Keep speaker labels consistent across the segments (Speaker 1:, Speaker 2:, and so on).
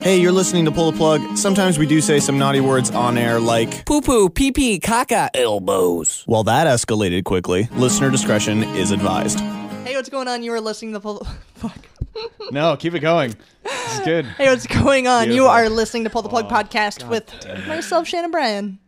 Speaker 1: Hey, you're listening to Pull the Plug. Sometimes we do say some naughty words on air like,
Speaker 2: poo poo, pee pee, caca, elbows.
Speaker 1: well, that escalated quickly. Listener discretion is advised.
Speaker 3: Hey, what's going on? You are listening to Pull. Fuck.
Speaker 4: No, keep it going. This is good.
Speaker 3: Hey, what's going on? You
Speaker 4: Beautiful.
Speaker 3: are listening to Pull the Plug
Speaker 5: Oh,
Speaker 3: podcast with myself, Shannon Bryan.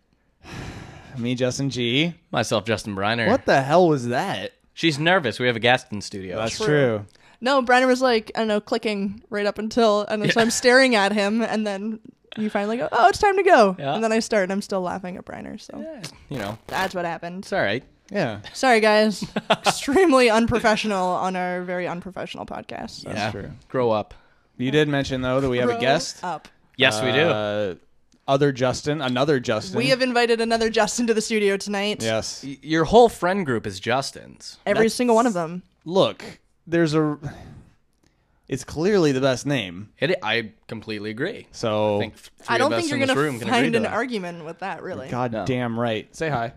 Speaker 4: Me, Justin G.
Speaker 5: Myself, Justin Briner.
Speaker 4: What the hell was that?
Speaker 5: She's nervous. We have a guest in studio.
Speaker 4: That's
Speaker 3: True.
Speaker 4: true.
Speaker 3: No, Bryan was like, I don't know, clicking right up until, and then so I'm staring at him, and then you finally go, oh, it's time to go,
Speaker 5: Yeah.
Speaker 3: and then I start, and I'm still laughing at Briner. So
Speaker 5: you know,
Speaker 3: that's what happened.
Speaker 5: it's all right.
Speaker 4: Yeah, that's
Speaker 3: Sorry, guys. Extremely unprofessional on our very unprofessional podcast.
Speaker 5: yeah.
Speaker 4: true.
Speaker 5: Grow up.
Speaker 4: You did mention though that we have a
Speaker 3: Grow
Speaker 4: guest.
Speaker 3: up.
Speaker 5: Yes, we do.
Speaker 4: Uh, other Justin, another Justin.
Speaker 3: We have invited another Justin to the studio tonight.
Speaker 4: Yes.
Speaker 5: Y- Your whole friend group is Justin's.
Speaker 3: Every
Speaker 4: That's-
Speaker 3: single one of them.
Speaker 4: Look, there's a. It's clearly the best name.
Speaker 5: It, I completely agree.
Speaker 4: So.
Speaker 5: I think th- three
Speaker 3: I don't
Speaker 5: of
Speaker 3: think
Speaker 5: us
Speaker 3: you're
Speaker 5: in this
Speaker 3: gonna
Speaker 5: room can agree
Speaker 3: find
Speaker 5: to
Speaker 3: an
Speaker 5: that.
Speaker 3: argument with that, really.
Speaker 4: God
Speaker 5: No.
Speaker 4: damn right. Say hi.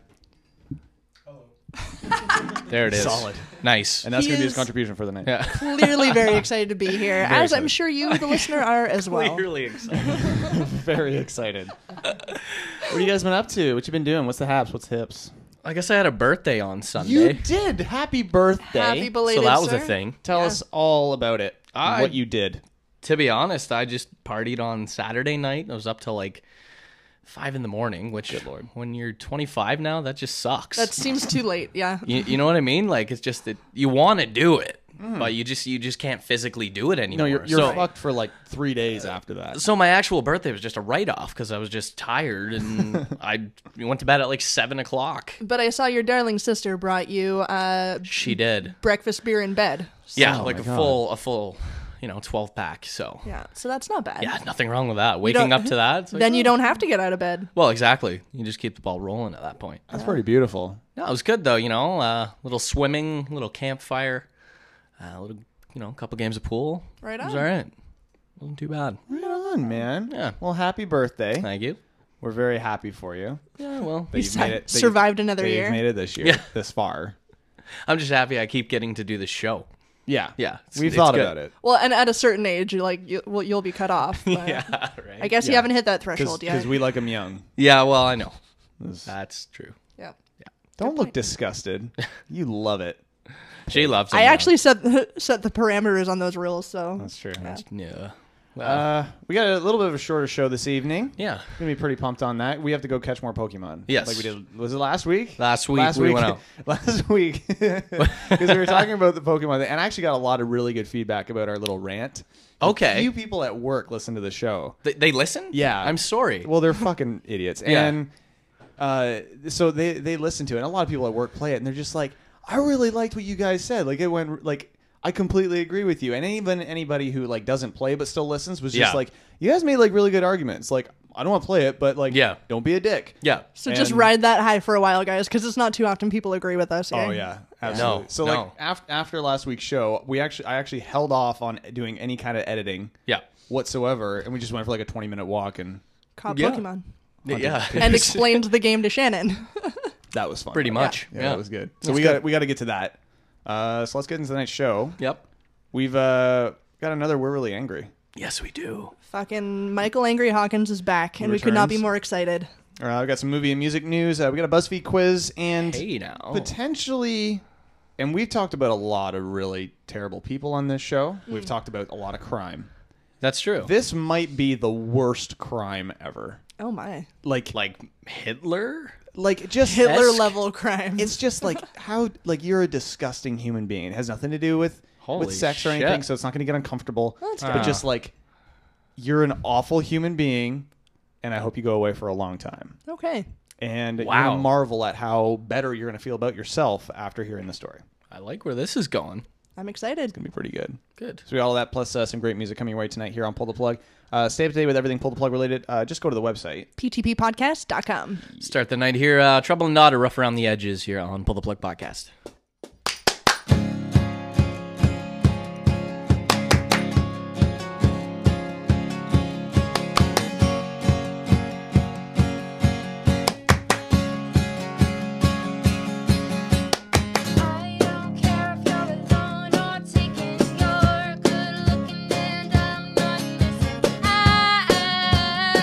Speaker 5: There it is.
Speaker 4: Solid.
Speaker 5: Nice.
Speaker 4: And that's
Speaker 3: He
Speaker 4: gonna be
Speaker 3: is-
Speaker 4: his contribution for the night.
Speaker 5: yeah.
Speaker 3: Clearly, very excited to be here, as I'm
Speaker 4: excited.
Speaker 3: sure you, the listener, are as well.
Speaker 5: Clearly excited.
Speaker 4: Very excited. what have you guys been up to? What you been doing? What's the haps? What's hips?
Speaker 5: I guess I had a birthday on Sunday.
Speaker 4: You did. Happy birthday.
Speaker 3: Happy belated,
Speaker 5: so that was a
Speaker 3: sir.
Speaker 5: thing.
Speaker 4: Tell us all about it.
Speaker 5: I-
Speaker 4: what you did.
Speaker 5: To be honest, I just partied on Saturday night. I was up till like five in the morning, which, Good Lord. when you're 25 now, that just sucks.
Speaker 3: That seems too late. Yeah.
Speaker 5: You, you know what I mean? Like it's just that you want to do it,
Speaker 3: Mm.
Speaker 5: but you just you just can't physically do it
Speaker 4: No,
Speaker 5: anymore.
Speaker 4: you're, you're
Speaker 5: so,
Speaker 4: fucked for like three days after that.
Speaker 5: so my actual birthday was just a write off because I was just tired and I went to bed at like seven o'clock.
Speaker 3: But I saw your darling sister brought you uh,
Speaker 5: She did,
Speaker 3: breakfast beer in bed.
Speaker 5: yeah,
Speaker 4: Oh
Speaker 5: like
Speaker 4: my
Speaker 5: a
Speaker 4: God.
Speaker 5: full a full, you know, twelve pack. So yeah,
Speaker 3: Yeah. So that's not bad.
Speaker 5: nothing wrong with that. Waking up to that, it's like, oh.
Speaker 3: Then you don't have to get out of bed.
Speaker 5: well, exactly. You just keep the ball rolling at that point.
Speaker 4: That's pretty beautiful.
Speaker 5: No, it was good though. You know, uh, little swimming, little campfire, uh, little you know, a couple games of pool.
Speaker 3: Right
Speaker 5: it was
Speaker 3: on.
Speaker 5: all right. Wasn't too bad.
Speaker 4: Right on, man.
Speaker 5: Yeah.
Speaker 4: Well, happy birthday.
Speaker 5: Thank you.
Speaker 4: We're very happy for you.
Speaker 5: Yeah, well,
Speaker 4: That you've
Speaker 3: sur- survived another
Speaker 4: that
Speaker 3: year.
Speaker 4: You've made it this year.
Speaker 5: Yeah.
Speaker 4: This far.
Speaker 5: I'm just happy I keep getting to do the show.
Speaker 4: Yeah.
Speaker 5: Yeah, it's-
Speaker 4: We've
Speaker 5: it's
Speaker 4: thought
Speaker 5: good.
Speaker 4: about it.
Speaker 3: Well, and at a certain age, you like you, well, you'll be cut off. But
Speaker 5: right.
Speaker 3: I guess you haven't hit that threshold yet.
Speaker 4: Because we like them young.
Speaker 5: yeah, well, I know.
Speaker 4: This-
Speaker 5: That's true.
Speaker 3: yeah.
Speaker 4: Don't look disgusted. You love it.
Speaker 5: She loves him.
Speaker 3: I
Speaker 5: now.
Speaker 3: actually set set the parameters on those rules, so
Speaker 4: That's true.
Speaker 5: Yeah.
Speaker 4: Uh, we got a little bit of a shorter show this evening.
Speaker 5: Yeah.
Speaker 4: Gonna be pretty pumped on that. We have to go catch more Pokemon.
Speaker 5: Yes.
Speaker 4: like we did. Was it last week?
Speaker 5: Last week we went out.
Speaker 4: Last week, because we were talking about the Pokemon, thing, and I actually got a lot of really good feedback about our little rant.
Speaker 5: Okay.
Speaker 4: a few people at work listen to the show.
Speaker 5: They, they listen?
Speaker 4: Yeah.
Speaker 5: I'm sorry.
Speaker 4: Well, they're fucking idiots,
Speaker 5: Yeah.
Speaker 4: and uh, so they they listen to it. And a lot of people at work play it, and they're just like, "I really liked what you guys said. Like it went like." I completely agree with you, and even anybody who like doesn't play but still listens was just
Speaker 5: Yeah.
Speaker 4: like, "You guys made like really good arguments. Like, I don't want to play it, but like,
Speaker 5: Yeah.
Speaker 4: don't be a dick."
Speaker 5: yeah.
Speaker 3: so just
Speaker 4: and-
Speaker 3: ride that high for a while, guys, because it's not too often people agree with us.
Speaker 4: Oh
Speaker 3: eh?
Speaker 4: yeah, absolutely.
Speaker 5: No,
Speaker 4: so
Speaker 5: no.
Speaker 4: like after after last week's show, we actually I actually held off on doing any kind of editing
Speaker 5: Yeah.
Speaker 4: whatsoever, and we just went for like a twenty minute walk, and
Speaker 3: Caught
Speaker 5: Yeah.
Speaker 3: Pokemon
Speaker 5: Yeah.
Speaker 3: and explained the game to Shannon.
Speaker 4: that was fun.
Speaker 5: Pretty much.
Speaker 4: Yeah,
Speaker 5: Yeah.
Speaker 4: that was good. So
Speaker 5: That's
Speaker 4: we
Speaker 5: good.
Speaker 4: got we got to get to that. Uh, so let's get into the next show.
Speaker 5: Yep.
Speaker 4: We've uh, got another. We're really angry.
Speaker 5: Yes, we do.
Speaker 3: Fucking Michael Angry Hawkins is back, and we could not be
Speaker 4: returns.
Speaker 3: more excited.
Speaker 4: All right, I've got some movie and music news. Uh, we got a BuzzFeed quiz and
Speaker 5: Hey, now.
Speaker 4: potentially. And we've talked about a lot of really terrible people on this show. We've
Speaker 3: Hmm.
Speaker 4: talked about a lot of crime.
Speaker 5: That's true.
Speaker 4: This might be the worst crime ever.
Speaker 3: Oh my.
Speaker 4: Like
Speaker 5: like Hitler?
Speaker 4: like just
Speaker 3: Hitler level crime.
Speaker 4: It's just like how like you're a disgusting human being. It has nothing to do with
Speaker 5: Holy
Speaker 4: with sex or
Speaker 5: shit.
Speaker 4: anything, so it's not going to get uncomfortable.
Speaker 3: it's
Speaker 4: but
Speaker 3: good.
Speaker 4: just like you're an awful human being, and I hope you go away for a long time.
Speaker 3: okay.
Speaker 4: And you're
Speaker 5: Wow.
Speaker 4: gonna marvel at how better you're going to feel about yourself after hearing the story.
Speaker 5: I like where this is going.
Speaker 3: I'm excited.
Speaker 4: It'll be pretty good.
Speaker 5: Good.
Speaker 4: So we got all that plus uh, some great music coming your way tonight here on Pull the Plug. Uh, stay up to date with everything Pull the Plug related. Uh, just go to the website.
Speaker 3: PTPpodcast.com.
Speaker 5: Start the night here. Uh, Trouble and Not are rough around the edges here on Pull the Plug Podcast.
Speaker 6: I don't care if you're alone or taken. You're good looking and I'm not missing. I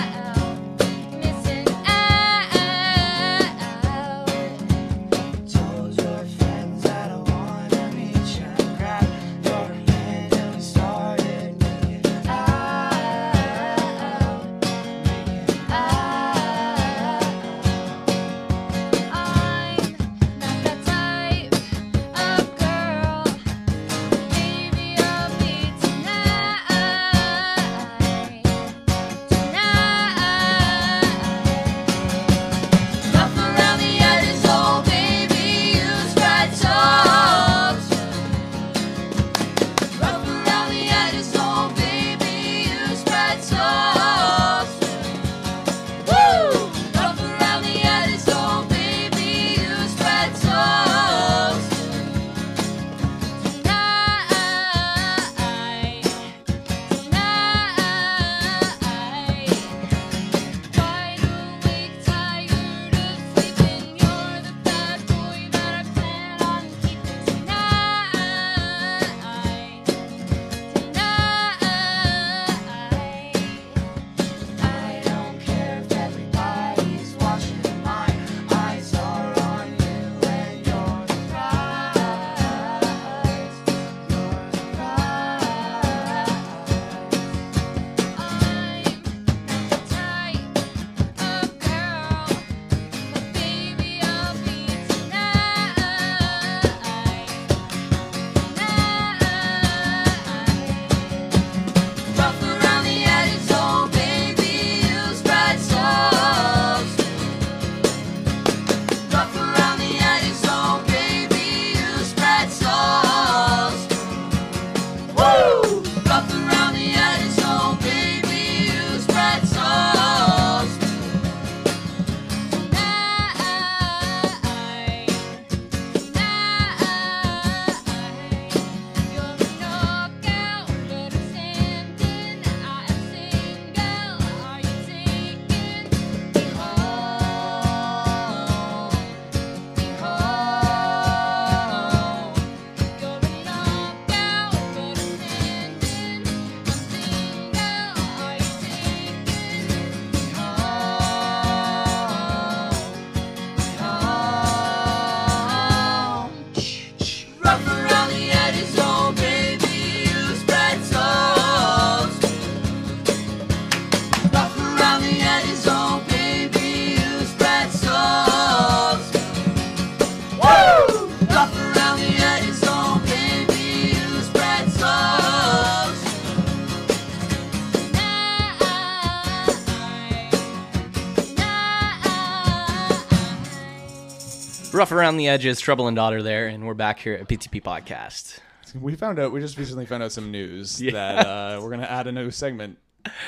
Speaker 5: rough around the edges, trouble and daughter there, and we're back here at PTP Podcast.
Speaker 4: We found out. We just recently found out some news that uh, we're gonna add a new segment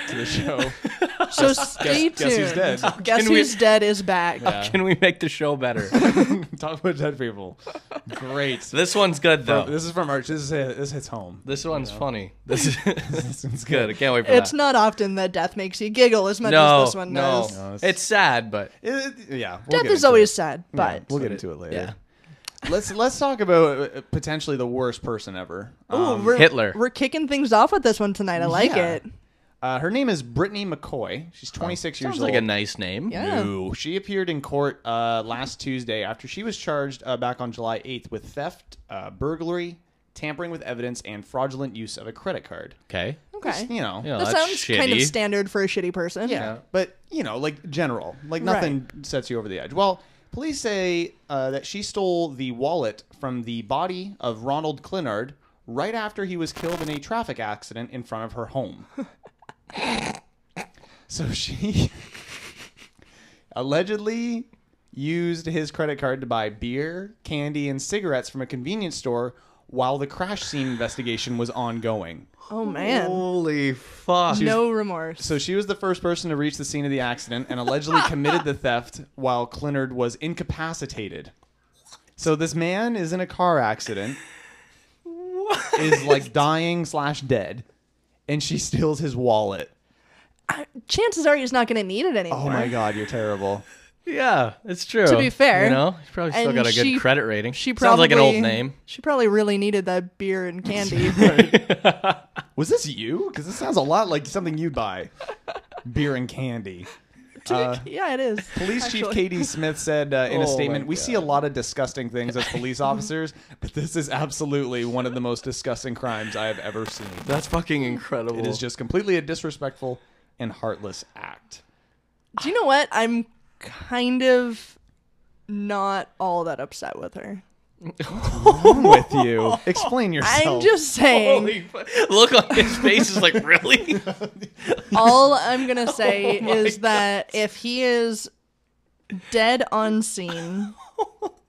Speaker 4: to the show.
Speaker 3: So stay tuned.
Speaker 4: guess who's dead?
Speaker 3: Guess
Speaker 5: Can we-
Speaker 3: who's dead is back.
Speaker 5: Can we make the show better?
Speaker 4: Talk about dead people. Great.
Speaker 5: this one's good though.
Speaker 4: This is from Arch. This is this hits home.
Speaker 5: This one's funny. This is, this
Speaker 4: one's
Speaker 5: is good. I can't wait for
Speaker 3: It's
Speaker 5: that.
Speaker 3: not often that death makes you giggle as much
Speaker 5: no,
Speaker 3: as this one
Speaker 5: Oh, no.
Speaker 3: does.
Speaker 4: No, it's-
Speaker 5: it's, sad, but
Speaker 4: It- it- yeah, we'll
Speaker 3: Death
Speaker 4: get
Speaker 3: is
Speaker 4: into
Speaker 3: always
Speaker 4: it.
Speaker 3: sad,
Speaker 4: Yeah,
Speaker 3: but
Speaker 4: we'll get into it later.
Speaker 5: yeah.
Speaker 4: Let's let's talk about uh, potentially the worst person ever.
Speaker 3: Ooh,
Speaker 4: Um,
Speaker 3: we're,
Speaker 5: Hitler.
Speaker 3: We're kicking things off with this one tonight. I like
Speaker 4: Yeah.
Speaker 3: it.
Speaker 4: uh, her name is Brittany McCoy. She's 26 years
Speaker 5: Sounds
Speaker 4: old.
Speaker 5: like a nice name.
Speaker 3: Yeah.
Speaker 4: No. She appeared in court uh, last Tuesday after she was charged uh, back on July 8th with theft, uh, burglary, tampering with evidence, and fraudulent use of a credit card.
Speaker 5: Okay.
Speaker 3: Okay.
Speaker 4: You know.
Speaker 5: You know,
Speaker 3: that
Speaker 5: that's
Speaker 3: sounds
Speaker 5: shitty.
Speaker 3: kind of standard for a shitty person.
Speaker 4: Yeah, but you know, like general, like nothing sets you over the edge. Well, police say uh, that she stole the wallet from the body of Ronald Clinard right after he was killed in a traffic accident in front of her home. so she allegedly used his credit card to buy beer, candy, and cigarettes from a convenience store while the crash scene investigation was ongoing.
Speaker 3: Oh man.
Speaker 5: Holy fuck.
Speaker 3: No remorse.
Speaker 4: So she was the first person to reach the scene of the accident and allegedly committed the theft while Clinard was incapacitated. So this man is in a car accident, is like dying slash dead, and she steals his wallet.
Speaker 3: Chances are he's not going to need it anymore.
Speaker 4: Oh my god, you're terrible.
Speaker 5: Yeah, it's true.
Speaker 3: To be fair,
Speaker 5: you know, he's probably still
Speaker 3: and
Speaker 5: got a good
Speaker 3: she-
Speaker 5: credit rating.
Speaker 3: She
Speaker 5: sounds
Speaker 3: probably
Speaker 5: like an old name.
Speaker 3: She probably really needed that beer and candy.
Speaker 4: Was this you? Because this sounds a lot like something you'd buy. Beer and candy. Uh,
Speaker 5: Uh,
Speaker 3: yeah, it is.
Speaker 4: Police Chief
Speaker 3: actually.
Speaker 4: Katie Smith said uh, in a
Speaker 5: Oh my
Speaker 4: statement, "We see a lot of disgusting things as police officers, but this is absolutely one of the most disgusting crimes I have ever seen."
Speaker 5: That's fucking incredible.
Speaker 4: It is just completely a disrespectful and heartless act.
Speaker 3: Do you know what? I'm kind of not all that upset with her.
Speaker 4: I'm with you. Explain yourself.
Speaker 3: I'm just saying.
Speaker 5: Holy fu- Look on his face is like really.
Speaker 3: all I'm gonna
Speaker 5: Oh
Speaker 3: say is that if he is dead on scene,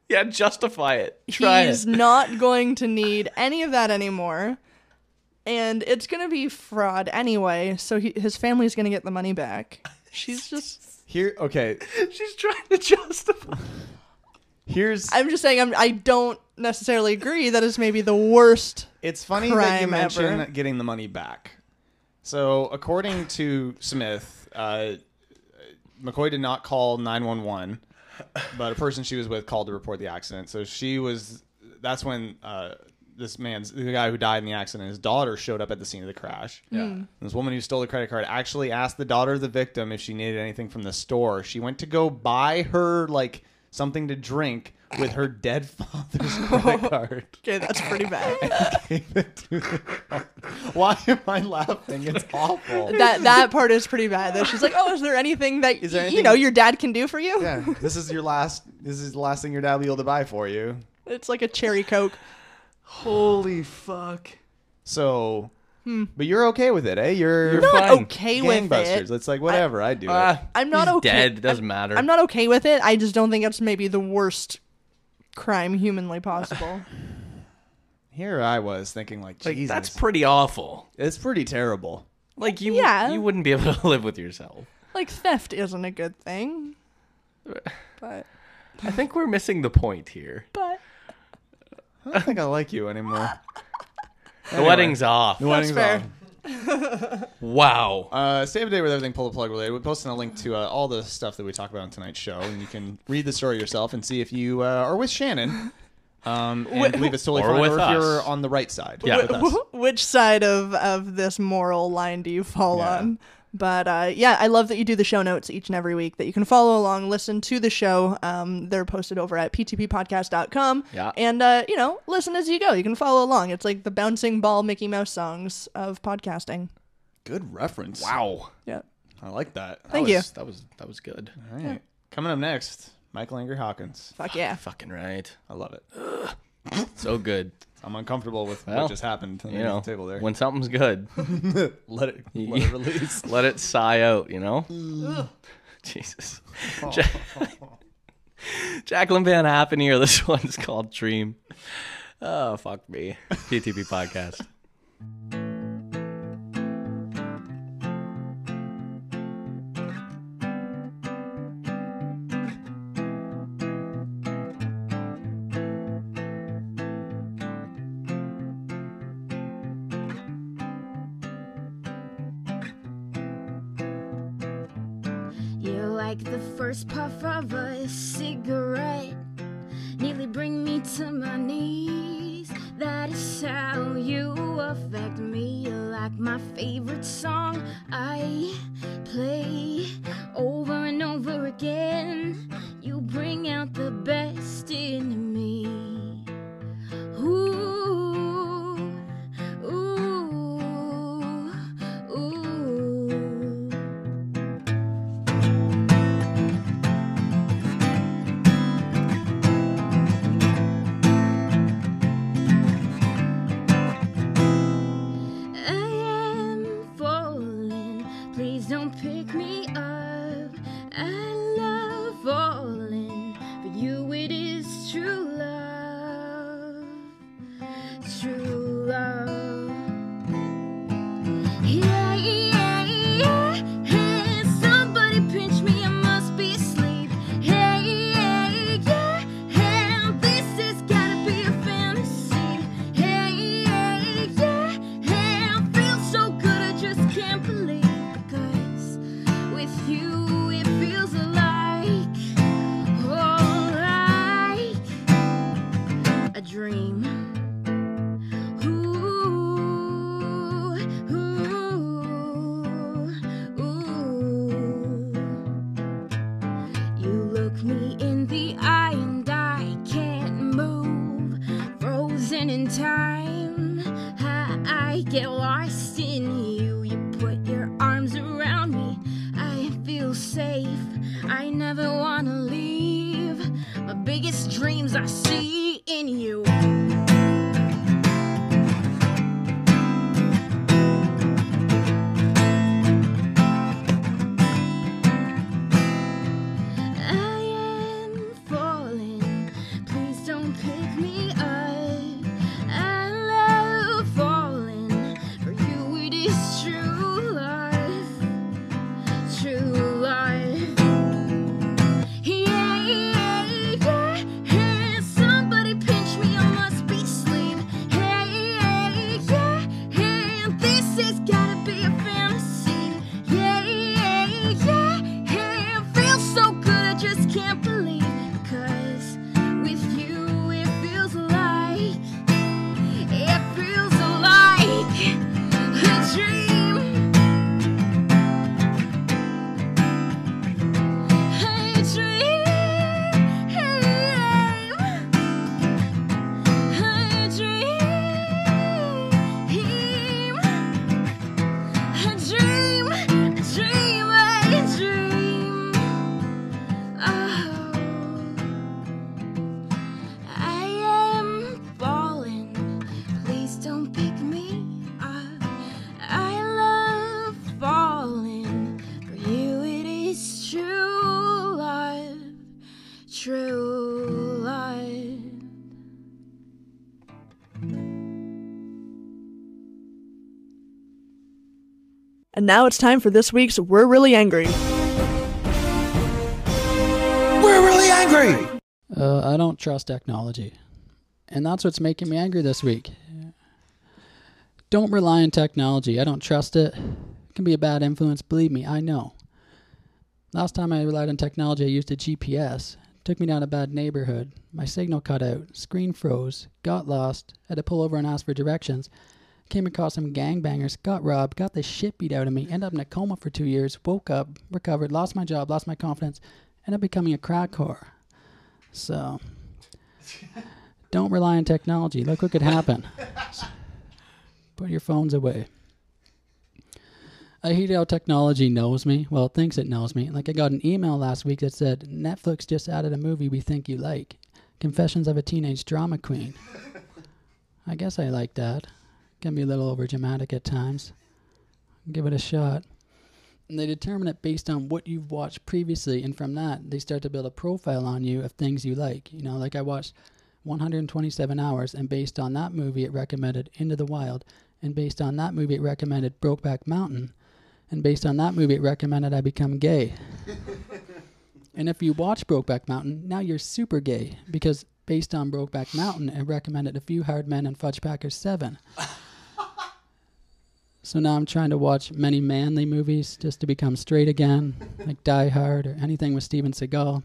Speaker 5: yeah, justify it. Try
Speaker 3: he's
Speaker 5: it.
Speaker 3: not going to need any of that anymore. And it's gonna be fraud anyway, so he, his family's gonna get the money back. She's just.
Speaker 4: here. Okay,
Speaker 5: She's trying to justify.
Speaker 4: here's.
Speaker 3: I'm just saying. I'm. I don't necessarily agree that is maybe the worst.
Speaker 4: It's funny that you
Speaker 3: crime
Speaker 4: mention
Speaker 3: ever.
Speaker 4: getting the money back. So, according to Smith, uh, McCoy did not call 911, but a person she was with called to report the accident. So she was. That's when uh, this man's the guy who died in the accident. His daughter showed up at the scene of the crash. Yeah. This woman who stole the credit card actually asked the daughter of the victim if she needed anything from the store. She went to go buy her like something to drink with her dead father's credit card.
Speaker 3: Okay, that's pretty bad.
Speaker 4: Why am I laughing? It's awful.
Speaker 3: that that part is pretty bad. That she's like, oh, is there anything that
Speaker 4: Is there
Speaker 3: you
Speaker 4: anything-
Speaker 3: know your dad can do for you?
Speaker 4: yeah, this is your last. This is the last thing your dad will be able to buy for you.
Speaker 3: It's like a cherry coke.
Speaker 5: Holy fuck.
Speaker 4: So, but you're okay with it, eh? You're, you're
Speaker 3: Hmm. not fine. okay with it. Uh,
Speaker 4: It's like whatever. I, do it.
Speaker 3: I'm not
Speaker 5: he's
Speaker 3: okay-
Speaker 5: Dead doesn't matter.
Speaker 3: I'm not okay with it. I just don't think it's maybe the worst crime humanly possible.
Speaker 4: Here I was thinking like,
Speaker 5: Like,
Speaker 4: Jesus,
Speaker 5: that's pretty awful.
Speaker 4: it's pretty terrible.
Speaker 5: Like you,
Speaker 3: Yeah.
Speaker 5: you wouldn't be able to live with yourself.
Speaker 3: like theft isn't a good thing. But
Speaker 5: I think we're missing the point here.
Speaker 3: but
Speaker 4: I don't think I like you anymore.
Speaker 5: The wedding's off.
Speaker 4: The wedding's
Speaker 3: fair.
Speaker 4: off.
Speaker 5: Wow.
Speaker 4: Uh, stay up to date with everything pull the plug related. We're posting a link to uh, all the stuff that we talk about on tonight's show, and you can read the story yourself and see if you uh, are with Shannon. Um, and believe it's totally
Speaker 5: Or
Speaker 4: fine,
Speaker 5: with
Speaker 4: or if
Speaker 5: us.
Speaker 4: you're on the right side.
Speaker 5: Yeah.
Speaker 4: with us.
Speaker 3: which side of of this moral line do you fall
Speaker 4: Yeah.
Speaker 3: on? But uh, yeah, I love that you do the show notes each and every week that you can follow along, listen to the show. Um, they're posted over at ptppodcast.com.
Speaker 5: Yeah.
Speaker 3: And, uh, you know, listen as you go. You can follow along. It's like the bouncing ball Mickey Mouse songs of podcasting.
Speaker 4: Good reference.
Speaker 5: wow.
Speaker 3: Yeah.
Speaker 4: I like that.
Speaker 3: Thank
Speaker 5: that
Speaker 3: you.
Speaker 5: was, That was that was good.
Speaker 4: All right. Coming up next, Michael Angry Hawkins.
Speaker 3: Fuck yeah.
Speaker 5: Fucking right.
Speaker 4: I love it.
Speaker 5: So good.
Speaker 4: I'm uncomfortable with
Speaker 5: Well,
Speaker 4: what just happened on
Speaker 5: You know,
Speaker 4: the table there.
Speaker 5: when something's good,
Speaker 4: let it, let
Speaker 5: you-
Speaker 4: it release.
Speaker 5: let it sigh out. You know. Jesus. Ja- Jacqueline Van Happen here. This one's called Dream. Oh, fuck me. PTP podcast.
Speaker 7: You're like the first puff of a cigarette. Nearly bring me to my knees. That is how you affect me. Like my favorite song, I play over and over again. You bring out the best in me. Ooh, ooh, ooh. I am falling. Please don't pick me up. I love falling. For you, it is true love. True love. Yeah, yeah, yeah. Hey, somebody pinch me, I must be asleep. Hey, yeah, yeah. Hey, this has gotta be a fantasy. Hey, yeah, yeah. Hey, I feel so good, I just can't believe. Because with you, it feels like, oh, like a dream. Ooh, ooh, ooh. You look me in the eye and I can't move. Frozen in time, I, I get lost in you. You put your arms around me, I feel safe. I never wanna leave. My biggest dreams I see in you. I am falling. Please don't pick me up. I love falling. For you, it is true life. True life. Yeah, yeah, yeah. Hey, somebody pinch me, I must be asleep. Hey, yeah, yeah. Hey, this has gotta be a fantasy. Yeah, yeah, yeah. Hey, it feels so good, I just can't believe. Cause with you, it feels like, it feels like a dream. Pick me up. I love falling. For you, it is true love. True love.
Speaker 3: And now it's time for this week's We're Really Angry.
Speaker 8: Uh, I don't trust technology. And that's what's making me angry this week. Don't rely on technology. I don't trust it. It can be a bad influence. Believe me, I know. Last time I relied on technology, I used a GPS. Took me down a bad neighborhood. My signal cut out. Screen froze. Got lost. Had to pull over and ask for directions. Came across some gangbangers. Got robbed. Got the shit beat out of me. Ended up in a coma for two years. Woke up. Recovered. Lost my job. Lost my confidence. Ended up becoming a crack whore. So don't rely on technology. Look what could happen. Put your phones away. I hate how technology knows me. Well, it thinks it knows me. Like I got an email last week that said Netflix just added a movie we think you like. Confessions of a Teenage Drama Queen. I guess I like that. Can be a little over dramatic at times. Give it a shot. And they determine it based on what you've watched previously, and from that, they start to build a profile on you of things you like. You know, like I watched 127 Hours, and based on that movie, it recommended Into the Wild, and based on that movie, it recommended Brokeback Mountain, and based on that movie, it recommended I become gay. and if you watch Brokeback Mountain, now you're super gay because based on Brokeback Mountain, it recommended A Few Hard Men and Fudge Packers 7. So now I'm trying to watch many manly movies just to become straight again, like Die Hard or anything with Steven Seagal.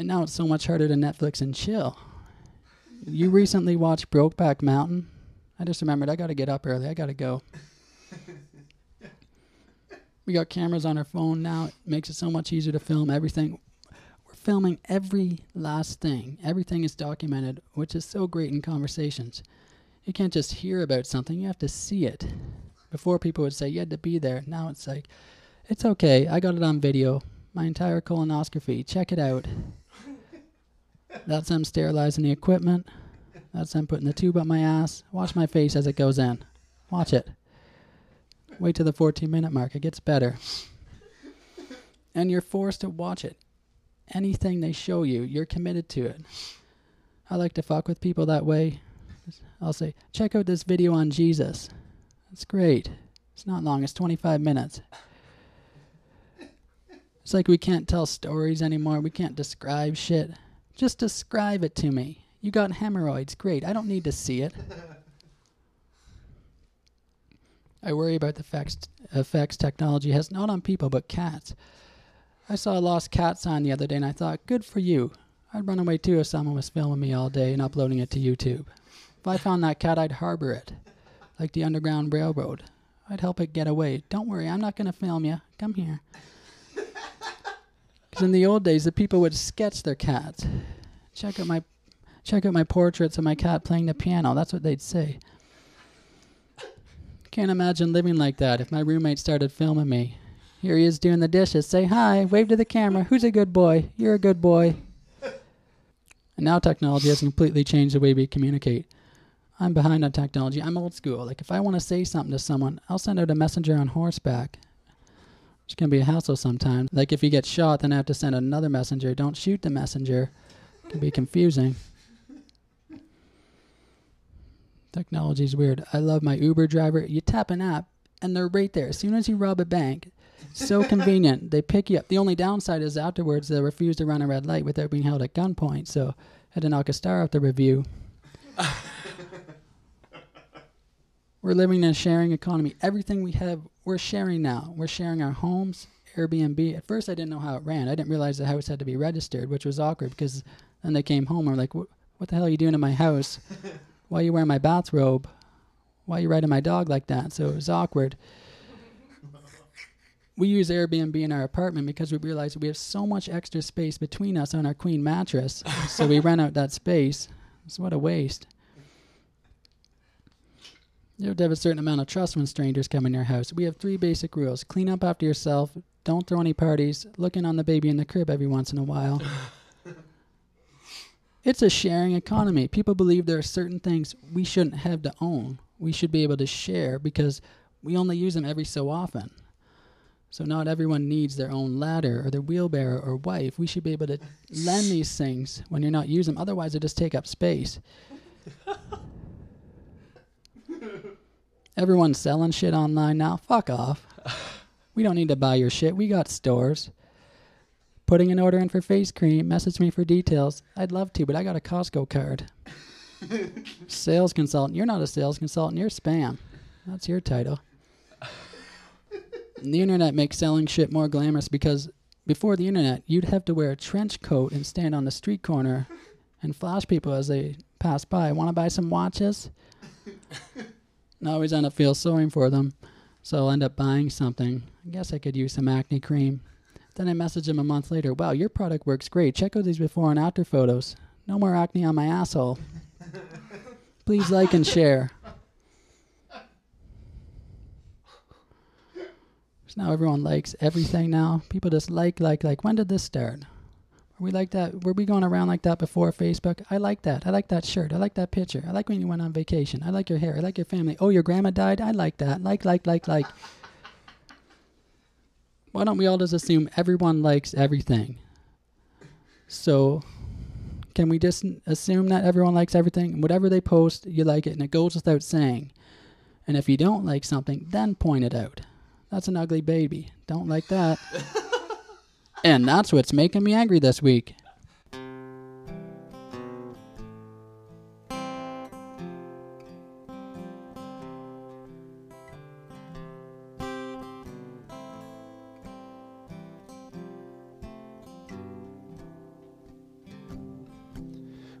Speaker 8: And now it's so much harder to Netflix and chill. You recently watched Brokeback Mountain. I just remembered I got to get up early. I got to go. We got cameras on our phone now. It makes it so much easier to film everything. We're filming every last thing. Everything is documented, which is so great in conversations you can't just hear about something you have to see it before people would say you had to be there now it's like it's okay i got it on video my entire colonoscopy check it out that's them sterilizing the equipment that's them putting the tube up my ass watch my face as it goes in watch it wait till the 14 minute mark it gets better and you're forced to watch it anything they show you you're committed to it i like to fuck with people that way I'll say, check out this video on Jesus. That's great. It's not long, it's 25 minutes. It's like we can't tell stories anymore. We can't describe shit. Just describe it to me. You got hemorrhoids. Great. I don't need to see it. I worry about the effects, effects technology has not on people but cats. I saw a lost cat sign the other day and I thought, good for you. I'd run away too if someone was filming me all day and uploading it to YouTube. If I found that cat, I'd harbor it, like the Underground Railroad. I'd help it get away. Don't worry, I'm not going to film you. Come here. Because in the old days, the people would sketch their cats. Check out my, check out my portraits of my cat playing the piano. That's what they'd say. Can't imagine living like that. If my roommate started filming me, here he is doing the dishes. Say hi, wave to the camera. Who's a good boy? You're a good boy. And now technology has completely changed the way we communicate. I'm behind on technology. I'm old school. Like if I want to say something to someone, I'll send out a messenger on horseback. Which can be a hassle sometimes. Like if you get shot, then I have to send another messenger. Don't shoot the messenger. It can be confusing. Technology's weird. I love my Uber driver. You tap an app and they're right there. As soon as you rob a bank, so convenient. They pick you up. The only downside is afterwards they refuse to run a red light without being held at gunpoint. So had to knock a star off the review. We're living in a sharing economy. Everything we have, we're sharing now. We're sharing our homes, Airbnb. At first, I didn't know how it ran. I didn't realize the house had to be registered, which was awkward because then they came home and were like, "Wh- What the hell are you doing in my house? Why are you wearing my bathrobe? Why are you riding my dog like that? So it was awkward. We use Airbnb in our apartment because we realize we have so much extra space between us on our queen mattress. so we rent out that space. So what a waste. You have to have a certain amount of trust when strangers come in your house. We have three basic rules clean up after yourself, don't throw any parties, look in on the baby in the crib every once in a while. it's a sharing economy. People believe there are certain things we shouldn't have to own. We should be able to share because we only use them every so often. So not everyone needs their own ladder or their wheelbarrow or wife. We should be able to lend these things when you're not using them. Otherwise, they just take up space. Everyone's selling shit online now. Fuck off. We don't need to buy your shit. We got stores. Putting an order in for face cream. Message me for details. I'd love to, but I got a Costco card. sales consultant. You're not a sales consultant. You're spam. That's your title. And the internet makes selling shit more glamorous because before the internet, you'd have to wear a trench coat and stand on the street corner and flash people as they pass by. Want to buy some watches? and I always end up feel sorry for them. So I'll end up buying something. I guess I could use some acne cream. Then I message him a month later. Wow, your product works great. Check out these before and after photos. No more acne on my asshole. Please like and share. So now everyone likes everything now. People just like, like, like. When did this start? Were we like that? Were we going around like that before Facebook? I like that. I like that shirt. I like that picture. I like when you went on vacation. I like your hair. I like your family. Oh, your grandma died. I like that. Like, like, like, like. Why don't we all just assume everyone likes everything? So, can we just n- assume that everyone likes everything? Whatever they post, you like it, and it goes without saying. And if you don't like something, then point it out. That's an ugly baby. Don't like that. and that's what's making me angry this week.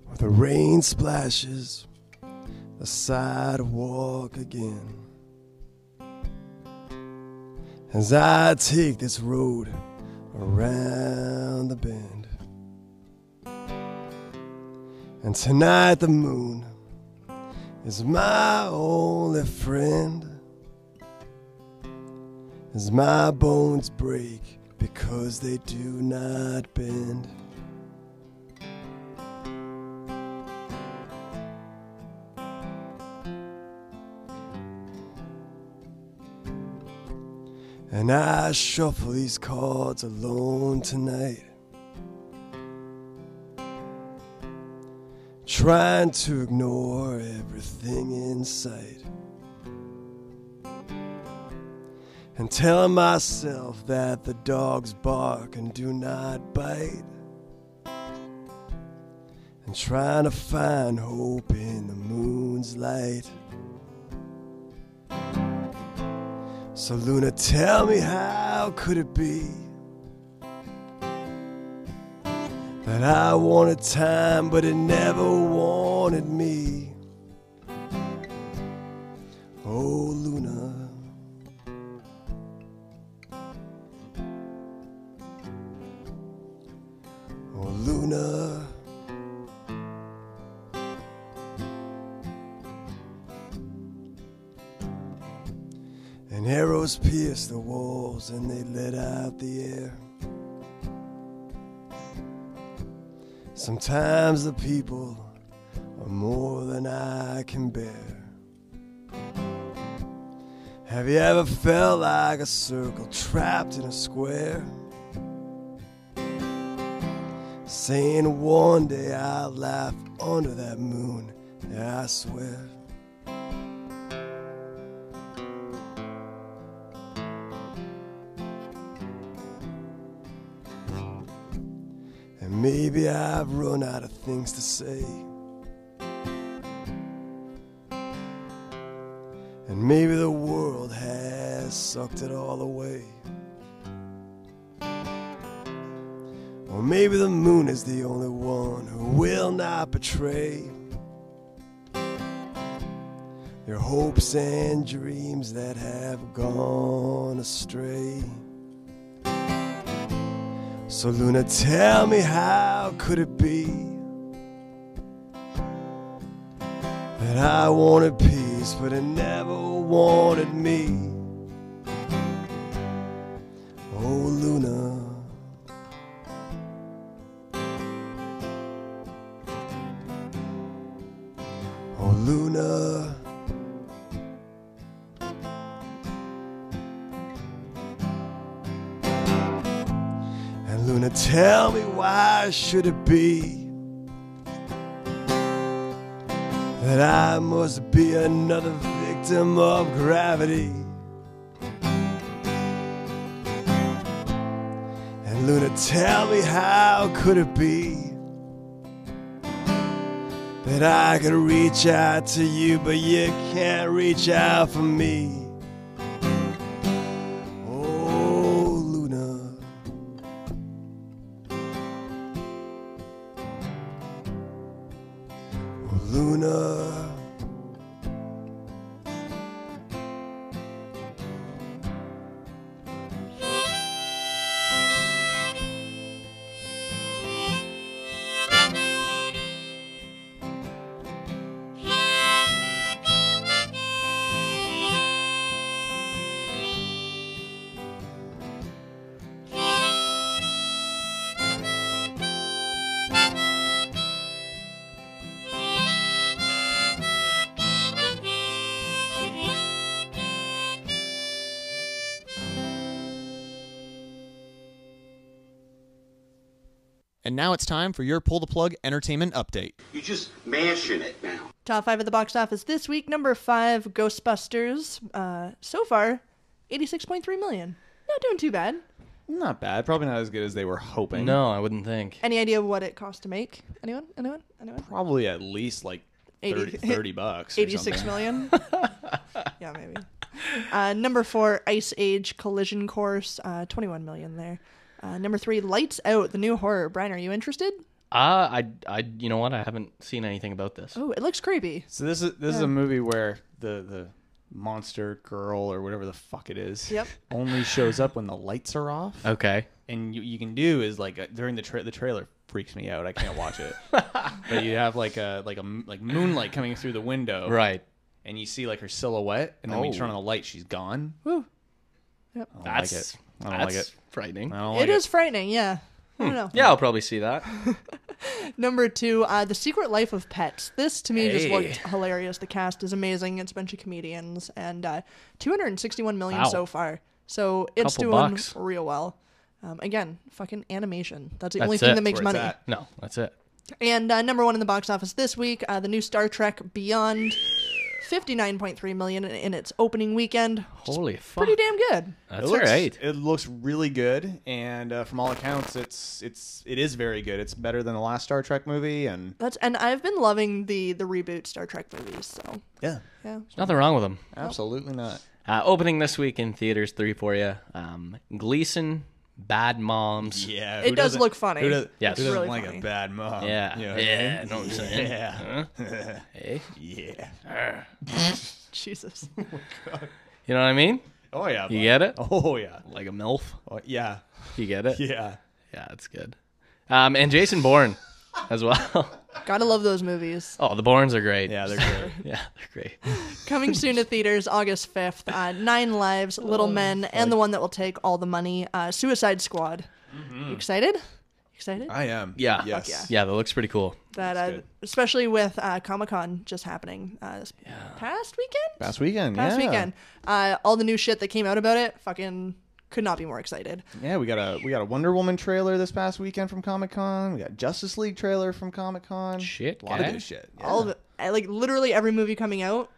Speaker 6: Where the rain splashes the sidewalk again. As I take this road around the bend. And tonight the moon is my only friend. As my bones break because they do not bend. And I shuffle these cards alone tonight. Trying to ignore everything in sight. And telling myself that the dogs bark and do not bite. And trying to find hope in the moon's light. So Luna, tell me how could it be that I wanted time, but it never wanted me? Oh, Luna. Oh, Luna. And arrows pierce the walls and they let out the air. Sometimes the people are more than I can bear. Have you ever felt like a circle trapped in a square? Saying one day I'll laugh under that moon, yeah, I swear. And maybe I've run out of things to say. And maybe the world has sucked it all away. Or maybe the moon is the only one who will not betray your hopes and dreams that have gone astray. So Luna, tell me how could it be that I wanted peace, but it never wanted me? Oh Luna. Oh Luna. And Luna, tell me why should it be that I must be another victim of gravity? And Luna, tell me how could it be that I could reach out to you, but you can't reach out for me? Oh, Luna. Luna.
Speaker 9: Thank you.
Speaker 1: And now it's time for your pull the plug entertainment update.
Speaker 10: You just mashing it now.
Speaker 3: Top five at the box office this week. Number five, Ghostbusters. Uh, so far, eighty-six point three million. Not doing too bad.
Speaker 4: Not bad. Probably not as good as they were hoping.
Speaker 5: No, I wouldn't think.
Speaker 3: Any idea what it cost to make? Anyone? Anyone? Anyone?
Speaker 4: Probably at least like
Speaker 3: 80
Speaker 4: 30, 30 bucks. or
Speaker 3: Eighty-six
Speaker 4: something.
Speaker 3: million. yeah, maybe. Uh, number four, Ice Age Collision Course. Uh, Twenty-one million there. Uh, number three, Lights Out, the new horror. Brian, are you interested?
Speaker 5: Uh, I, I, you know what? I haven't seen anything about this.
Speaker 3: Oh, it looks creepy.
Speaker 4: So this is this is a movie where the the monster girl or whatever the fuck it is
Speaker 3: Yep.
Speaker 4: only shows up when the lights are off.
Speaker 5: Okay.
Speaker 4: And you, you can do is like uh, during the tra- the trailer freaks me out. I can't watch it. but you have like a like a m- like moonlight coming through the window.
Speaker 5: Right.
Speaker 4: And you see like her silhouette and then when you
Speaker 5: Oh.
Speaker 4: turn on the light she's gone.
Speaker 3: Woo.
Speaker 4: I don't
Speaker 5: That's,
Speaker 4: like it. I don't like
Speaker 5: that's
Speaker 4: it.
Speaker 5: frightening.
Speaker 4: I don't
Speaker 3: It
Speaker 4: like
Speaker 3: is frightening. Yeah. I don't know.
Speaker 5: Hmm. Yeah, I'll probably see that.
Speaker 3: Number two, uh, The Secret Life of Pets. This to me just
Speaker 5: Hey.
Speaker 3: looked hilarious. The cast is amazing. It's a bunch of comedians and uh, 261 million
Speaker 5: Wow.
Speaker 3: so far. So it's
Speaker 5: Couple
Speaker 3: doing
Speaker 5: bucks.
Speaker 3: real well. Um, again, fucking animation. That's the only
Speaker 5: That's
Speaker 3: thing
Speaker 5: it,
Speaker 3: that makes
Speaker 4: where it's
Speaker 3: money.
Speaker 4: at.
Speaker 5: No, that's it.
Speaker 3: And uh, number one in the box office this week, uh, the new Star Trek Beyond, 59.3 million in- in its opening weekend.
Speaker 5: Holy fuck.
Speaker 3: Pretty damn good.
Speaker 5: That's
Speaker 4: It
Speaker 5: all
Speaker 4: looks,
Speaker 5: right.
Speaker 4: It looks really good, and uh, from all accounts, it's it's it is very good. It's better than the last Star Trek movie, and
Speaker 3: That's and I've been loving the the reboot Star Trek movies. So
Speaker 4: yeah,
Speaker 3: yeah,
Speaker 5: Nothing wrong with them.
Speaker 4: absolutely not.
Speaker 5: Uh, opening this week in theaters three for you. Um, Gleason, Bad Moms.
Speaker 4: Yeah,
Speaker 3: It who does doesn't- look funny. who
Speaker 4: Who,
Speaker 3: does-
Speaker 5: Yes. who
Speaker 4: doesn't
Speaker 3: really
Speaker 5: doesn't
Speaker 4: like
Speaker 3: like a funny.
Speaker 4: a bad mom?
Speaker 5: Yeah. Yeah. Um, Know what I'm saying? Eh?
Speaker 4: yeah, yeah.
Speaker 3: Jesus.
Speaker 5: Oh You know what I mean?
Speaker 4: Oh yeah,
Speaker 5: You
Speaker 4: bud.
Speaker 5: get it?
Speaker 4: Oh yeah,
Speaker 5: Like a MILF.
Speaker 4: oh, yeah,
Speaker 5: You get it?
Speaker 4: yeah.
Speaker 5: Yeah, it's good. Um, and Jason Bourne as well.
Speaker 3: Gotta love those movies.
Speaker 5: oh, the Bournes are great.
Speaker 4: Yeah, they're great.
Speaker 5: Yeah, they're great.
Speaker 3: Coming soon to theaters August 5th. Uh, Nine Lives,
Speaker 4: Oh,
Speaker 3: Little Men, and the one that will take all the money, uh, Suicide Squad.
Speaker 5: Hmm.
Speaker 3: You Excited? Excited?
Speaker 4: Mm-hmm. I am.
Speaker 5: Yeah.
Speaker 4: Yes.
Speaker 3: yeah.
Speaker 5: Yeah, that looks pretty cool.
Speaker 3: that uh,
Speaker 4: good.
Speaker 3: Especially with uh, Comic Con just happening uh, this past weekend?
Speaker 4: Past weekend.
Speaker 3: Past
Speaker 4: yeah.
Speaker 3: weekend. Uh, all the new shit that came out about it, fucking could not be more excited.
Speaker 4: Yeah, we got a we got a Wonder Woman trailer this past weekend from Comic Con. We got Justice League trailer from Comic Con.
Speaker 5: Shit,
Speaker 4: a lot
Speaker 5: guy.
Speaker 4: of good shit. Yeah.
Speaker 3: All of it. I, like literally every movie coming out,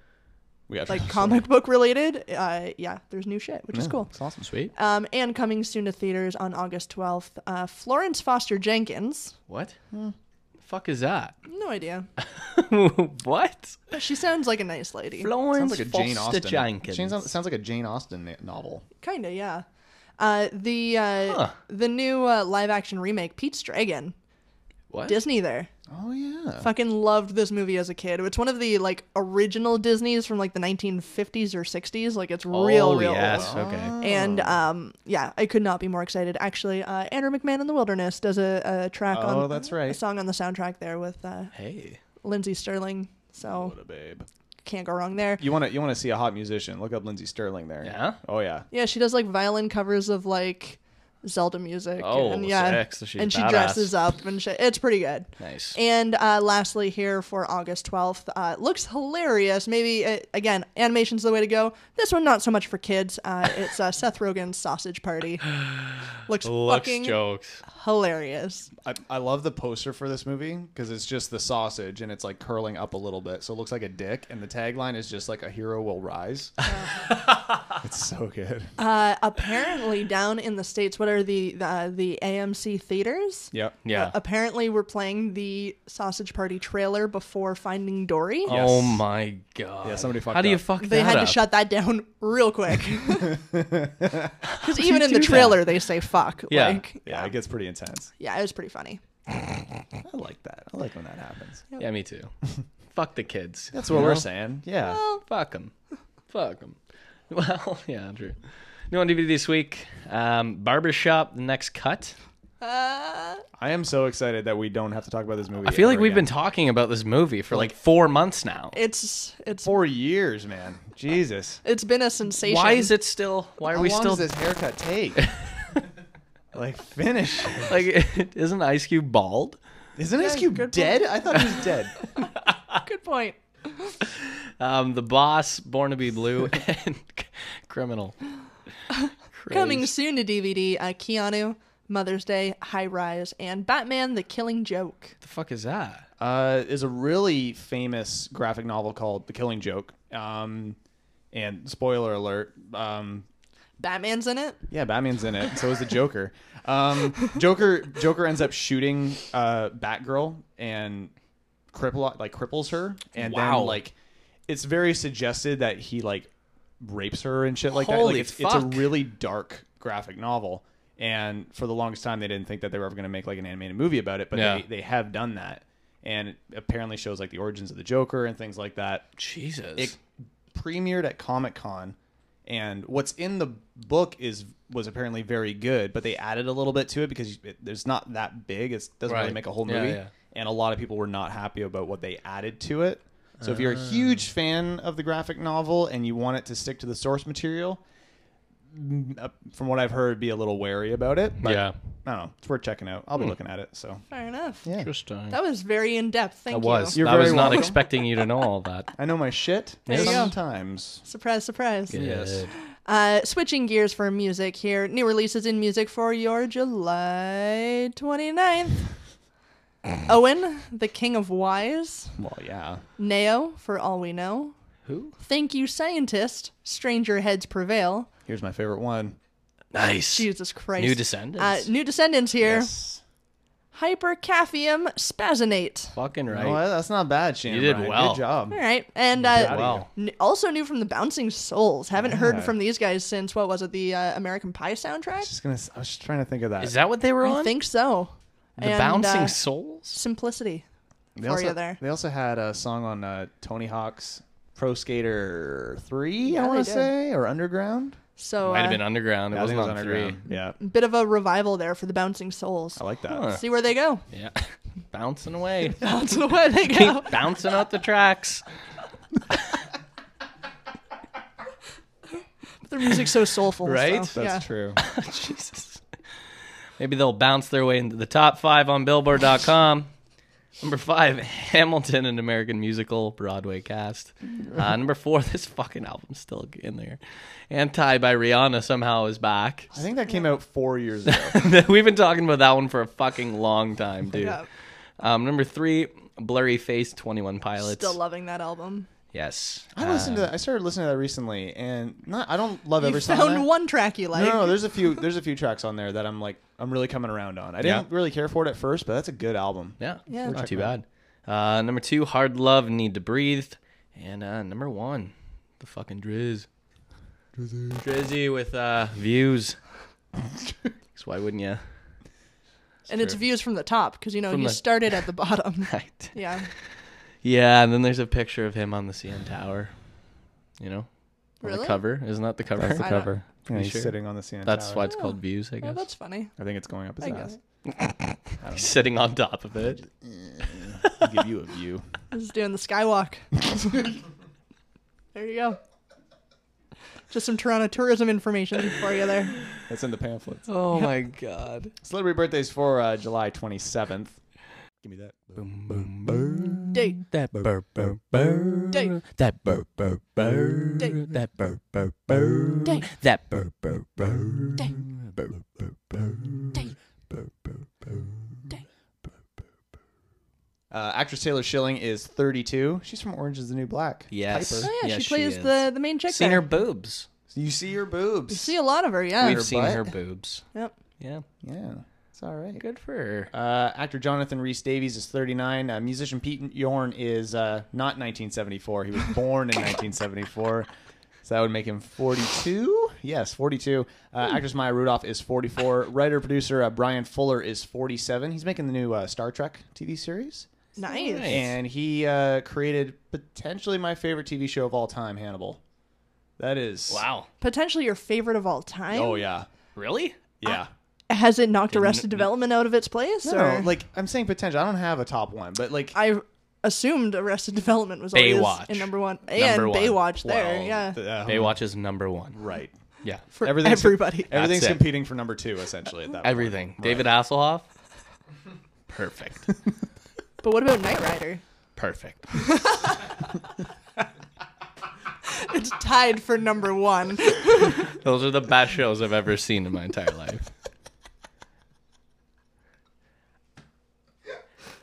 Speaker 4: we got
Speaker 3: like comic book related, uh, yeah, there's new shit, which is cool.
Speaker 4: It's awesome.
Speaker 5: Sweet.
Speaker 3: Um, and coming soon to theaters on August 12th, uh, Florence Foster Jenkins.
Speaker 5: What? The fuck is that?
Speaker 3: No idea.
Speaker 5: what?
Speaker 3: She sounds like a nice lady.
Speaker 5: Florence
Speaker 4: Sounds like a Jane
Speaker 5: Foster
Speaker 4: Austen.
Speaker 5: Jenkins.
Speaker 4: Jane- sounds like a Jane Austen na- novel.
Speaker 3: Kinda, yeah. Uh, the uh,
Speaker 5: Huh.
Speaker 3: the new uh, live action remake, Pete's Dragon,
Speaker 5: what?
Speaker 3: Disney there.
Speaker 4: Oh yeah.
Speaker 3: Fucking loved this movie as a kid. It's one of the like original Disneys from like the 1950s or 60s. Like it's real,
Speaker 5: oh,
Speaker 3: real.
Speaker 5: yes.
Speaker 3: old.
Speaker 5: Okay.
Speaker 4: Oh.
Speaker 3: And um, yeah, I could not be more excited. Actually, uh, Andrew McMahon in the Wilderness does a, a track
Speaker 4: Oh,
Speaker 3: on
Speaker 4: that's right.
Speaker 3: a song on the soundtrack there with uh,
Speaker 5: Hey.
Speaker 3: Lindsey Sterling. So
Speaker 4: What a babe.
Speaker 3: can't go wrong there.
Speaker 4: You want to you want to see a hot musician? Look up Lindsey Sterling there.
Speaker 5: Yeah?
Speaker 4: Oh yeah.
Speaker 3: Yeah, she does like violin covers of like Zelda music.
Speaker 5: Oh,
Speaker 3: and, yeah,
Speaker 5: sick. So she's
Speaker 3: and she
Speaker 5: badass.
Speaker 3: dresses up and shit. It's pretty good.
Speaker 5: Nice.
Speaker 3: And uh, lastly, here for August twelfth, uh, it looks hilarious. Maybe uh again, animation's the way to go. This one not so much for kids. Uh, it's uh, Seth Rogen's Sausage Party. Looks, fucking
Speaker 5: jokes.
Speaker 3: hilarious.
Speaker 4: I, I love the poster for this movie because it's just the sausage and it's like curling up a little bit, so it looks like a dick. And the tagline is just like a hero will rise. it's so good.
Speaker 3: Uh, apparently, down in the states, what are the uh, the AMC theaters?
Speaker 4: Yep.
Speaker 5: Yeah.
Speaker 3: Uh, apparently, we're playing the Sausage Party trailer before Finding Dory.
Speaker 5: Oh
Speaker 4: Yes.
Speaker 5: my god.
Speaker 4: Yeah, somebody fucked
Speaker 5: How do you
Speaker 4: up.
Speaker 5: fuck
Speaker 3: They
Speaker 5: that
Speaker 3: had
Speaker 5: up?
Speaker 3: to shut that down real quick. Because even in the trailer, they say fuck.
Speaker 5: Yeah.
Speaker 3: Like,
Speaker 4: Yeah, it gets pretty intense.
Speaker 3: yeah, it was pretty funny.
Speaker 4: I like that. I like when that happens.
Speaker 5: Yeah, me too. fuck the kids.
Speaker 4: That's what we're saying. Yeah.
Speaker 5: Fuck them. Fuck them. Well, yeah, true. New on DVD this week, um, Barbershop, The Next Cut.
Speaker 4: I am so excited that we don't have to talk about this movie.
Speaker 5: I feel like
Speaker 4: ever
Speaker 5: we've
Speaker 4: again.
Speaker 5: been talking about this movie for like four months now.
Speaker 3: It's it's
Speaker 4: four years, man. Jesus.
Speaker 3: it's been a sensation.
Speaker 5: Why is it still? Why are
Speaker 4: How
Speaker 5: we
Speaker 4: long
Speaker 5: still?
Speaker 4: does this haircut take? like finish. it.
Speaker 5: Like, isn't Ice Cube bald?
Speaker 4: Isn't Ice Cube dead? I thought he was dead.
Speaker 3: Good point.
Speaker 5: Um, the Boss, Born to Be Blue, and Criminal.
Speaker 3: Coming
Speaker 5: Christ.
Speaker 3: soon to DVD, uh, Keanu, Mother's Day, High Rise, and Batman: The Killing Joke.
Speaker 5: the fuck is that?
Speaker 4: uh, is a really famous graphic novel called The Killing Joke. Um, and spoiler alert, um,
Speaker 3: Batman's in it.
Speaker 4: yeah, Batman's in it. So is the Joker. Um, Joker Joker ends up shooting uh, Batgirl and cripple like cripples her, and
Speaker 5: Wow.
Speaker 4: then like it's very suggested that he like rapes her and shit like that. Like
Speaker 5: Holy
Speaker 4: it's, it's a
Speaker 5: fuck.
Speaker 4: really dark graphic novel. And for the longest time, they didn't think that they were ever going to make like an animated movie about it, but
Speaker 5: Yeah.
Speaker 4: they, they have done that, and it apparently shows like the origins of the Joker and things like that
Speaker 5: Jesus.
Speaker 4: it premiered at Comic Con, and what's in the book is was apparently very good, but they added a little bit to it because it, it's not that big. It doesn't really
Speaker 5: Right.
Speaker 4: make a whole
Speaker 5: Yeah,
Speaker 4: movie,
Speaker 5: yeah.
Speaker 4: and a lot of people were not happy about what they added to it. So if you're a
Speaker 5: Ah.
Speaker 4: huge fan of the graphic novel and you want it to stick to the source material, mm, uh, from what I've heard, be a little wary about it. But
Speaker 5: yeah. Hmm.
Speaker 4: I don't know. It's worth checking out. I'll be looking at it. So
Speaker 3: Fair enough.
Speaker 5: Interesting.
Speaker 3: That was very in depth. Thank
Speaker 5: It was.
Speaker 3: you.
Speaker 4: You're
Speaker 5: I was
Speaker 4: very
Speaker 5: not
Speaker 4: welcome.
Speaker 5: expecting you to know all that.
Speaker 4: I know my shit.
Speaker 3: There you go.
Speaker 4: Sometimes.
Speaker 3: Surprise, surprise.
Speaker 5: Yes.
Speaker 3: Uh, switching gears for music here. New releases in music for your July 29th. Owen, the King of Wise.
Speaker 4: Well, yeah.
Speaker 3: Neo, for all we know.
Speaker 5: Who?
Speaker 3: Thank you, scientist. Stranger heads prevail.
Speaker 4: Here's my favorite one.
Speaker 5: Nice.
Speaker 3: Jesus Christ.
Speaker 5: New Descendants.
Speaker 3: Uh, new descendants here.
Speaker 4: Yes.
Speaker 3: Hypercaphium spazinate.
Speaker 5: Fucking right.
Speaker 4: Oh, that's not bad, Shane.
Speaker 5: You did well.
Speaker 4: Good job.
Speaker 3: All right, and
Speaker 4: Outta
Speaker 3: uh,
Speaker 5: Wow.
Speaker 4: here.
Speaker 3: n- also new from the Bouncing Souls. Haven't heard
Speaker 4: Yeah.
Speaker 3: from these guys since what was it? The uh, American Pie
Speaker 4: I was
Speaker 3: soundtrack.
Speaker 4: just gonna. I was just trying to think of that.
Speaker 5: Is that what they were on?
Speaker 3: Uh, I think so.
Speaker 5: the
Speaker 3: And,
Speaker 5: Bouncing
Speaker 3: uh,
Speaker 5: Souls?
Speaker 3: Simplicity.
Speaker 4: they
Speaker 3: for
Speaker 4: also,
Speaker 3: you there.
Speaker 4: They also had a song on uh, Tony Hawk's Pro Skater Three,
Speaker 3: Yeah,
Speaker 4: I
Speaker 3: they
Speaker 4: want
Speaker 3: did.
Speaker 4: to say, or Underground.
Speaker 3: So
Speaker 5: Might
Speaker 3: uh,
Speaker 5: have been Underground. It
Speaker 4: Yeah, I think
Speaker 5: wasn't on three.
Speaker 4: Underground. Yeah,
Speaker 3: a bit of a revival there for the Bouncing Souls.
Speaker 4: I like that.
Speaker 3: See where they go.
Speaker 5: Yeah. Bouncing away.
Speaker 3: Bouncing away they go.
Speaker 5: Keep bouncing out the tracks.
Speaker 3: Their music's so soulful. so,
Speaker 5: Right?
Speaker 4: That's
Speaker 3: yeah.
Speaker 4: true.
Speaker 5: Jesus. Maybe they'll bounce their way into the top five on Billboard.com. Number five, Hamilton, an American musical, Broadway cast. Uh, number four, this fucking album's still in there. Anti by Rihanna somehow is back.
Speaker 4: I think that came out four years ago.
Speaker 5: We've been talking about that one for a fucking long time, dude.
Speaker 3: Yeah.
Speaker 5: Um, number three, Blurry Face, 21 Pilots.
Speaker 3: Still loving that album.
Speaker 5: yes.
Speaker 4: I listened to. That. I started listening to that recently, and not. I don't love
Speaker 3: Um, You
Speaker 4: every song. on
Speaker 3: found
Speaker 4: that.
Speaker 3: one track you like.
Speaker 4: No, no, there's a few. There's a few tracks on there that I'm like. I'm really coming around on. I
Speaker 5: Yeah.
Speaker 4: didn't really care for it at first, but that's a good album.
Speaker 5: Yeah.
Speaker 3: Yeah.
Speaker 5: Not too bad. Uh, number two, Hard Love, Need to Breathe. And uh, number one, the fucking Drizz. Drizzy. with uh, views. so why wouldn't you?
Speaker 3: and it's views from the top because you know
Speaker 5: From
Speaker 3: you
Speaker 5: the-
Speaker 3: started at the bottom.
Speaker 5: Right.
Speaker 3: yeah.
Speaker 5: Yeah, and then there's a picture of him on the CN Tower. You know? On
Speaker 3: Really?
Speaker 5: The cover. Isn't that the cover? That's
Speaker 3: the I don't- cover.
Speaker 4: Yeah,
Speaker 5: You
Speaker 4: he's
Speaker 5: sure?
Speaker 4: sitting on the CN Tower.
Speaker 5: why it's called views, I
Speaker 3: Oh,
Speaker 5: guess.
Speaker 3: that's funny.
Speaker 4: I think it's going up his
Speaker 3: I get
Speaker 4: ass.
Speaker 3: it.
Speaker 5: He's sitting on top of it.
Speaker 4: give you a view.
Speaker 3: This is doing the skywalk. there you go. Just some Toronto tourism information for you there.
Speaker 4: That's in the pamphlets.
Speaker 5: Oh my god.
Speaker 4: Celebrity birthdays for uh, July 27th.
Speaker 11: Give me that.
Speaker 3: Date.
Speaker 2: That burr burr burr.
Speaker 3: Date.
Speaker 2: That burr burr burr.
Speaker 3: Date.
Speaker 2: That burr burr burr.
Speaker 3: Date.
Speaker 2: That burr burr burr.
Speaker 3: Date.
Speaker 2: Burr burr burr.
Speaker 3: Date.
Speaker 2: Burr burr burr.
Speaker 4: Uh, actress Taylor Schilling is 32. She's from Orange is the New Black.
Speaker 5: Yes.
Speaker 4: Piper.
Speaker 3: Oh yeah,
Speaker 5: Yes,
Speaker 3: she plays
Speaker 5: is.
Speaker 3: the the main chick
Speaker 5: Seen her
Speaker 3: there.
Speaker 5: boobs.
Speaker 4: You see her boobs.
Speaker 3: You see a lot of her, yeah.
Speaker 5: We've seen
Speaker 4: butt.
Speaker 5: her boobs.
Speaker 3: Yep.
Speaker 5: Yeah.
Speaker 4: yeah, it's all right.
Speaker 5: Good for her.
Speaker 4: Uh, actor Jonathan Rhys Davies is 39. Uh, musician Pete Yorn is uh, not 1974. He was born in 1974. So that would make him 42. Yes, 42. Uh, Actress Maya Rudolph is 44. Writer producer uh, Brian Fuller is 47. He's making the new uh, Star Trek TV series.
Speaker 3: Nice.
Speaker 5: Nice.
Speaker 4: and he uh, created potentially my favorite TV show of all time, Hannibal. That is
Speaker 5: Wow.
Speaker 3: Potentially your favorite of all time.
Speaker 4: Oh yeah,
Speaker 5: Really?
Speaker 4: yeah.
Speaker 3: Has it knocked Arrested Development out of its place?
Speaker 4: no,
Speaker 3: or?
Speaker 4: like I'm saying potential. I don't have a top one, but like
Speaker 3: I assumed Arrested Development was always
Speaker 5: Baywatch.
Speaker 3: in number one. and
Speaker 5: one.
Speaker 3: Baywatch there,
Speaker 4: well,
Speaker 3: yeah.
Speaker 4: th- uh,
Speaker 5: Baywatch is number one.
Speaker 4: right?
Speaker 5: Yeah.
Speaker 3: for
Speaker 4: Everything's
Speaker 3: everybody.
Speaker 4: Everything's
Speaker 5: That's it.
Speaker 4: competing for number two essentially at that. point.
Speaker 5: Everything. David Hasselhoff. Perfect.
Speaker 3: But what about Knight Rider?
Speaker 5: Perfect.
Speaker 3: It's tied for number one.
Speaker 5: Those are the best shows I've ever seen in my entire life.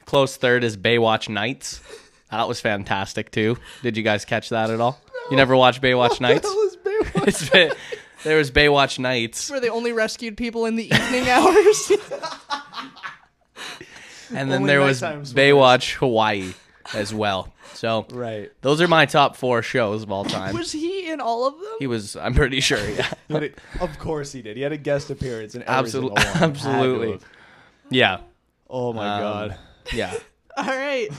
Speaker 5: Close third is Baywatch Nights. That was fantastic too. Did you guys catch that at all? You never watched Baywatch Nights? It's been- there was Baywatch Nights,
Speaker 3: Where they only rescued people in the evening hours.
Speaker 5: and then
Speaker 4: Only
Speaker 5: there was
Speaker 4: nighttime swimmers.
Speaker 5: Baywatch Hawaii as well. So
Speaker 4: Right.
Speaker 5: those are my top four shows of all time.
Speaker 3: was he in all of them?
Speaker 5: he was, I'm pretty sure, yeah,
Speaker 4: But it, of course he did. He had a guest appearance in every single
Speaker 5: absolutely,
Speaker 4: one. Had to
Speaker 5: absolutely,
Speaker 4: have.
Speaker 5: yeah,
Speaker 4: Oh my
Speaker 5: Um,
Speaker 4: god.
Speaker 5: yeah.
Speaker 3: all right.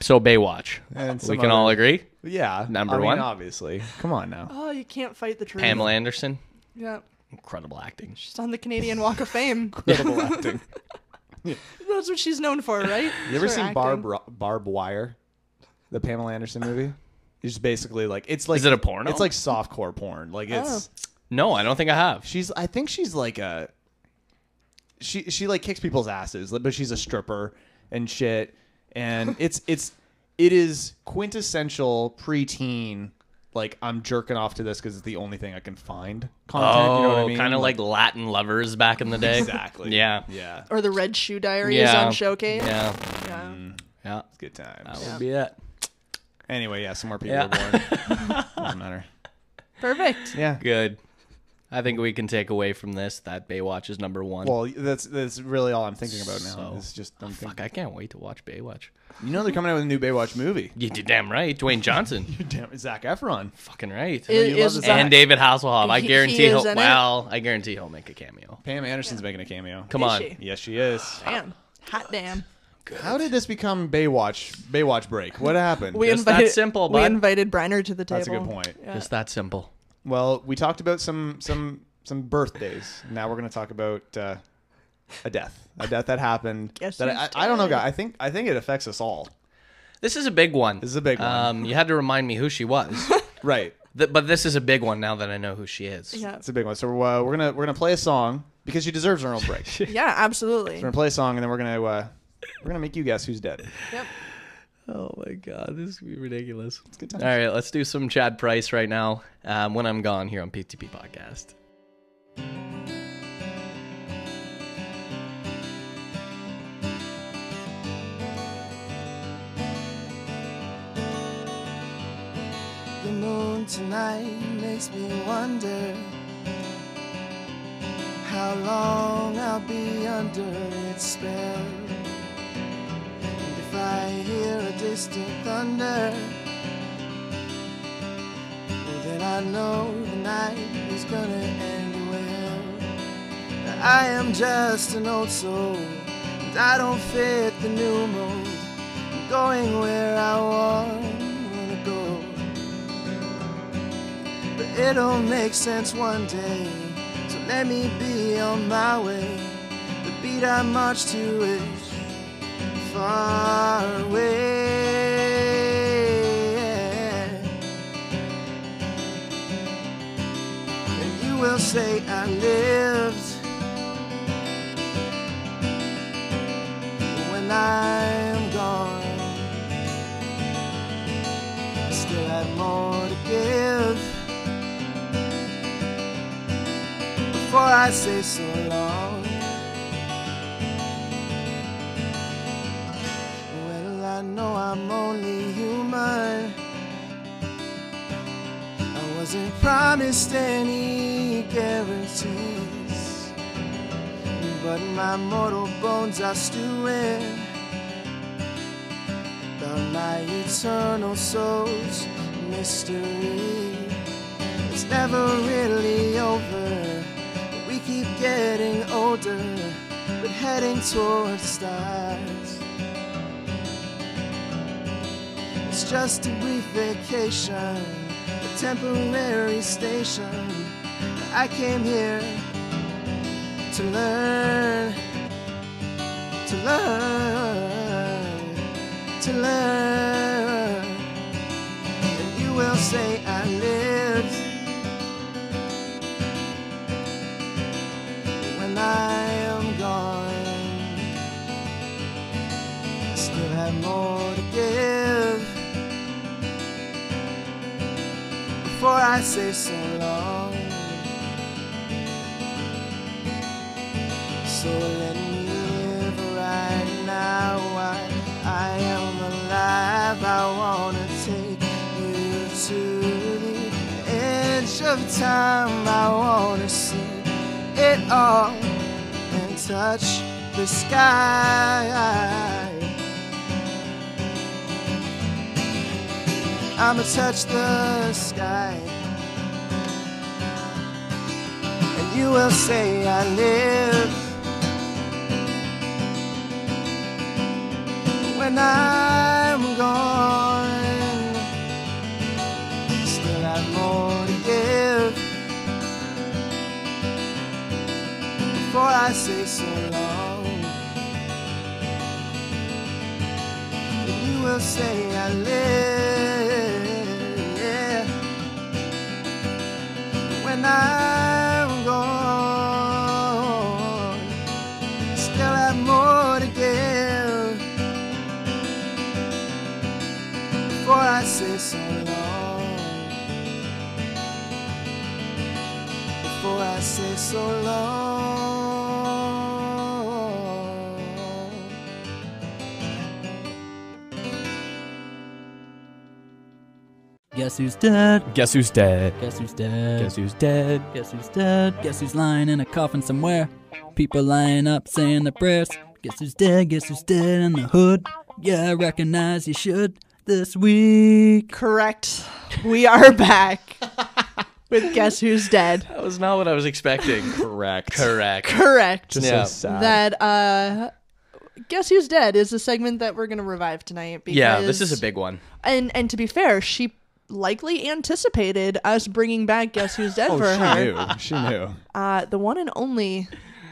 Speaker 5: So Baywatch,
Speaker 4: And some
Speaker 5: we can all
Speaker 4: other-
Speaker 5: agree.
Speaker 4: Yeah.
Speaker 5: Number
Speaker 4: I mean,
Speaker 5: one.
Speaker 4: obviously. Come on now.
Speaker 3: Oh, you can't fight the truth.
Speaker 5: Pamela Anderson,
Speaker 3: Yeah.
Speaker 5: incredible acting.
Speaker 3: She's on the Canadian Walk of Fame.
Speaker 4: Incredible acting.
Speaker 3: That's what she's known for, right?
Speaker 4: You ever
Speaker 3: Her
Speaker 4: seen
Speaker 3: acting.
Speaker 4: Barb Barb Wire, the Pamela Anderson movie? It's basically like it's like
Speaker 5: Is it a porno?
Speaker 4: It's like softcore porn. Like it's
Speaker 5: No, I don't think I have.
Speaker 4: she's I think she's like a she she like kicks people's asses, but she's a stripper and shit. And it's it's it is quintessential preteen like I'm jerking off to this because it's the only thing I can find content.
Speaker 5: Oh,
Speaker 4: you know what I mean?
Speaker 5: kind of like Latin lovers back in the day.
Speaker 4: exactly.
Speaker 5: Yeah.
Speaker 4: yeah.
Speaker 3: Or the Red Shoe Diary is
Speaker 5: Yeah.
Speaker 3: on Showcase.
Speaker 5: Yeah.
Speaker 3: Yeah.
Speaker 5: Yeah.
Speaker 4: Good times.
Speaker 5: That would be it.
Speaker 4: Anyway, yeah, some more people
Speaker 5: Yeah.
Speaker 4: are born. Doesn't matter.
Speaker 3: Perfect.
Speaker 4: Yeah.
Speaker 5: Good. I think we can take away from this that Baywatch is number one.
Speaker 4: Well, that's that's really all I'm thinking about now.
Speaker 5: So- oh,
Speaker 4: It's just I'm
Speaker 5: Fuck,
Speaker 4: thinking,
Speaker 5: I can't wait to watch Baywatch.
Speaker 4: you know they're coming out with a new Baywatch movie.
Speaker 5: You did damn right. Dwayne Johnson.
Speaker 4: Damn, Zach Efron.
Speaker 5: Fucking right.
Speaker 3: It
Speaker 4: you love
Speaker 3: is
Speaker 4: this
Speaker 3: Zach-
Speaker 5: and David Hasselhoff. I
Speaker 3: He- he
Speaker 5: guarantee
Speaker 3: is
Speaker 5: he'll
Speaker 3: in it?
Speaker 5: well, I guarantee he'll make a cameo.
Speaker 4: Pam Anderson's making a cameo.
Speaker 5: Come
Speaker 3: Is
Speaker 5: on.
Speaker 3: she?
Speaker 4: Yes, she is.
Speaker 3: Damn. Hot damn.
Speaker 4: How did this become Baywatch? Baywatch break. What happened?
Speaker 3: We
Speaker 5: Just that
Speaker 3: invited
Speaker 5: simple,
Speaker 3: we
Speaker 5: bud.
Speaker 3: invited Briner to the table.
Speaker 4: That's a good point.
Speaker 3: Yeah.
Speaker 5: Just that simple.
Speaker 4: Well, we talked about some some some birthdays. Now we're going to talk about uh, a death. A death that happened.
Speaker 3: Guess
Speaker 4: that
Speaker 3: who's
Speaker 4: I, I, I don't know,
Speaker 3: dead?
Speaker 4: guy. I think I think it affects us all.
Speaker 5: This is a big one.
Speaker 4: This is a big one.
Speaker 5: Um, you had to remind me who she was.
Speaker 4: Right.
Speaker 5: Th- but this is a big one now that I know who she is.
Speaker 3: Yeah.
Speaker 4: It's a big one. So uh, we're gonna we're gonna play a song because she deserves her own break. we're
Speaker 3: Yeah, absolutely.
Speaker 4: gonna play a song and then we're gonna uh, we're gonna make you guess who's dead.
Speaker 5: Oh my god, this would be ridiculous. It's
Speaker 4: good times.
Speaker 5: All right, let's do some Chad Price right now. Um, when I'm gone here on PTP Podcast.
Speaker 11: The moon tonight makes me wonder how long I'll be under its spell. And if I hear a distant thunder, well, then I know the night is gonna end well. I am just an old soul, and I don't fit the new mold. I'm going where I wanna go. But it'll make sense one day. So let me be on my way. The beat I march to is far away. And you will say I lived. When I'm gone, still have more to give. before I say so long. Well, I know I'm only human. I wasn't promised any guarantees, but my mortal bones are stewing. About my eternal soul's mystery. It's never really over. We keep getting older, but heading towards the stars. It's just a brief vacation, a temporary station. I came here to learn, to learn, to learn. And you will say I lived. when I am gone. I still have more to give before I say so long. So let me live right now. I every time I wanna see it all and touch the sky. I'ma touch the sky. And you will say I live when I'm gone. Still have more to give before I say so long. And you will say I live when I'm gone. Still have more to give before I say so long. Before I say so long.
Speaker 8: Guess who's dead?
Speaker 12: Guess who's dead?
Speaker 8: Guess who's dead?
Speaker 12: Guess who's dead?
Speaker 8: Guess who's dead? Guess who's lying in a coffin somewhere? People lying up saying their prayers. Guess who's dead? Guess who's dead in the hood? Yeah, I recognize you should this week.
Speaker 3: Correct. We are back with Guess Who's Dead.
Speaker 5: That was not what I was expecting.
Speaker 4: Correct.
Speaker 5: Correct.
Speaker 3: Correct.
Speaker 5: Just Yeah.
Speaker 3: That uh Guess Who's Dead is the segment that we're gonna revive tonight because
Speaker 5: Yeah, this is a big one.
Speaker 3: and and to be fair, she likely anticipated us bringing back Guess Who's Dead for
Speaker 4: Oh,
Speaker 3: her.
Speaker 4: she knew. She knew.
Speaker 3: Uh the one and only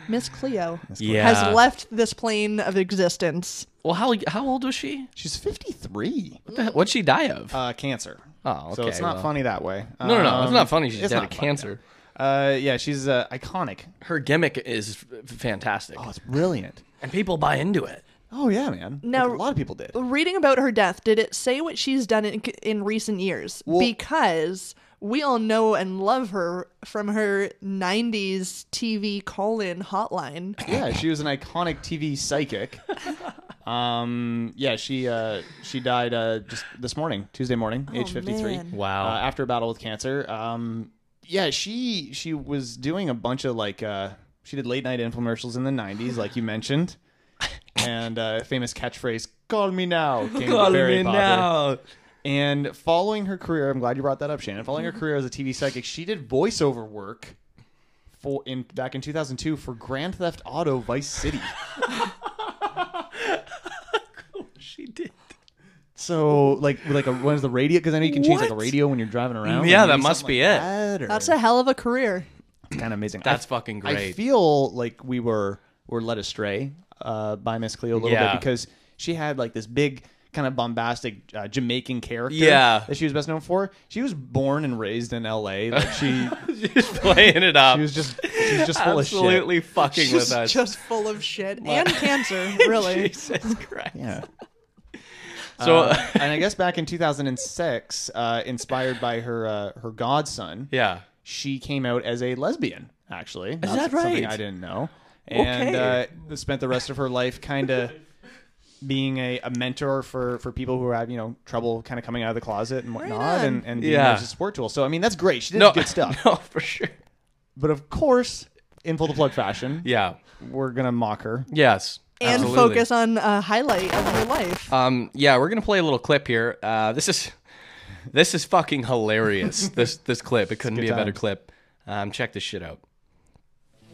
Speaker 3: Miss Cleo
Speaker 5: Yeah.
Speaker 3: has left this plane of existence.
Speaker 5: Well, how how old was she?
Speaker 4: She's 53.
Speaker 5: What the hell- What'd she die of?
Speaker 4: Uh, cancer.
Speaker 5: Oh,
Speaker 4: So
Speaker 5: okay,
Speaker 4: it's not
Speaker 5: well.
Speaker 4: funny that way.
Speaker 5: no, no, no. It's
Speaker 4: Um,
Speaker 5: not funny. She's
Speaker 4: it's
Speaker 5: dead
Speaker 4: not
Speaker 5: of
Speaker 4: funny.
Speaker 5: cancer.
Speaker 4: Uh, yeah, she's uh, iconic.
Speaker 5: Her gimmick is f- fantastic,
Speaker 4: Oh, it's brilliant.
Speaker 5: and people buy into it.
Speaker 4: Oh yeah, man.
Speaker 3: Now-
Speaker 4: Like, a lot of people did.
Speaker 3: reading about her death, did it say what she's done in, in recent years? because we all know and love her from her 90s TV call in hotline.
Speaker 4: Yeah, she was an iconic TV psychic. Um, yeah, she uh, she died uh, just this morning, Tuesday morning, age 53.
Speaker 3: man.
Speaker 5: Oh, Wow.
Speaker 4: Uh, after a battle with cancer. Um, yeah, she she was doing a bunch of like uh, she did late night infomercials in the 90s like you mentioned. And uh, famous catchphrase "Call me now" came very popular. And following her career, I'm glad you brought that up, Shannon. Following her career as a TV psychic, she did voiceover work for in back in 2002 for Grand Theft Auto Vice City.
Speaker 5: She did.
Speaker 4: So like like a, when is the radio? Because I know you can change like a
Speaker 5: What?
Speaker 4: radio when you're driving around.
Speaker 5: Yeah,
Speaker 4: Like,
Speaker 5: that
Speaker 4: maybe
Speaker 5: must
Speaker 4: something
Speaker 5: be
Speaker 4: like
Speaker 5: it.
Speaker 4: That, or,
Speaker 3: That's a hell of a career.
Speaker 4: kind of amazing.
Speaker 5: That's
Speaker 4: I,
Speaker 5: fucking
Speaker 4: I
Speaker 5: great.
Speaker 4: feel like we were were led astray uh, by Miss Cleo a little
Speaker 5: Yeah.
Speaker 4: bit because she had like this big kind of bombastic uh, Jamaican character
Speaker 5: Yeah.
Speaker 4: that she was best known for. She was born and raised in L.A. Like she
Speaker 5: She's playing it up.
Speaker 4: she was just she was just full of shit.
Speaker 5: absolutely fucking with us.
Speaker 3: Just full of shit and cancer, really.
Speaker 5: Jesus Christ.
Speaker 4: Yeah.
Speaker 5: So
Speaker 4: Uh, and I guess back in 2006, uh, inspired by her uh, her godson,
Speaker 5: yeah.
Speaker 4: she came out as a lesbian. Actually, is
Speaker 5: that
Speaker 4: Something
Speaker 5: right?
Speaker 4: I didn't know. And
Speaker 5: Okay.
Speaker 4: uh, spent the rest of her life kind of being a, a mentor for for people who have you know trouble kind of coming out of the closet and whatnot,
Speaker 3: on.
Speaker 4: and and being
Speaker 5: Yeah.
Speaker 4: there as a support tool. So I mean, that's great. She did
Speaker 5: No
Speaker 4: good stuff.
Speaker 5: No, for sure.
Speaker 4: But of course, in pull the plug fashion,
Speaker 5: Yeah.
Speaker 4: we're gonna mock her.
Speaker 5: Yes.
Speaker 3: And
Speaker 5: Absolutely.
Speaker 3: focus on a highlight of her life.
Speaker 5: Um, yeah, we're gonna play a little clip here. Uh, this is this is fucking hilarious. this this clip. It couldn't be a better
Speaker 4: times.
Speaker 5: clip. Um, check this shit out.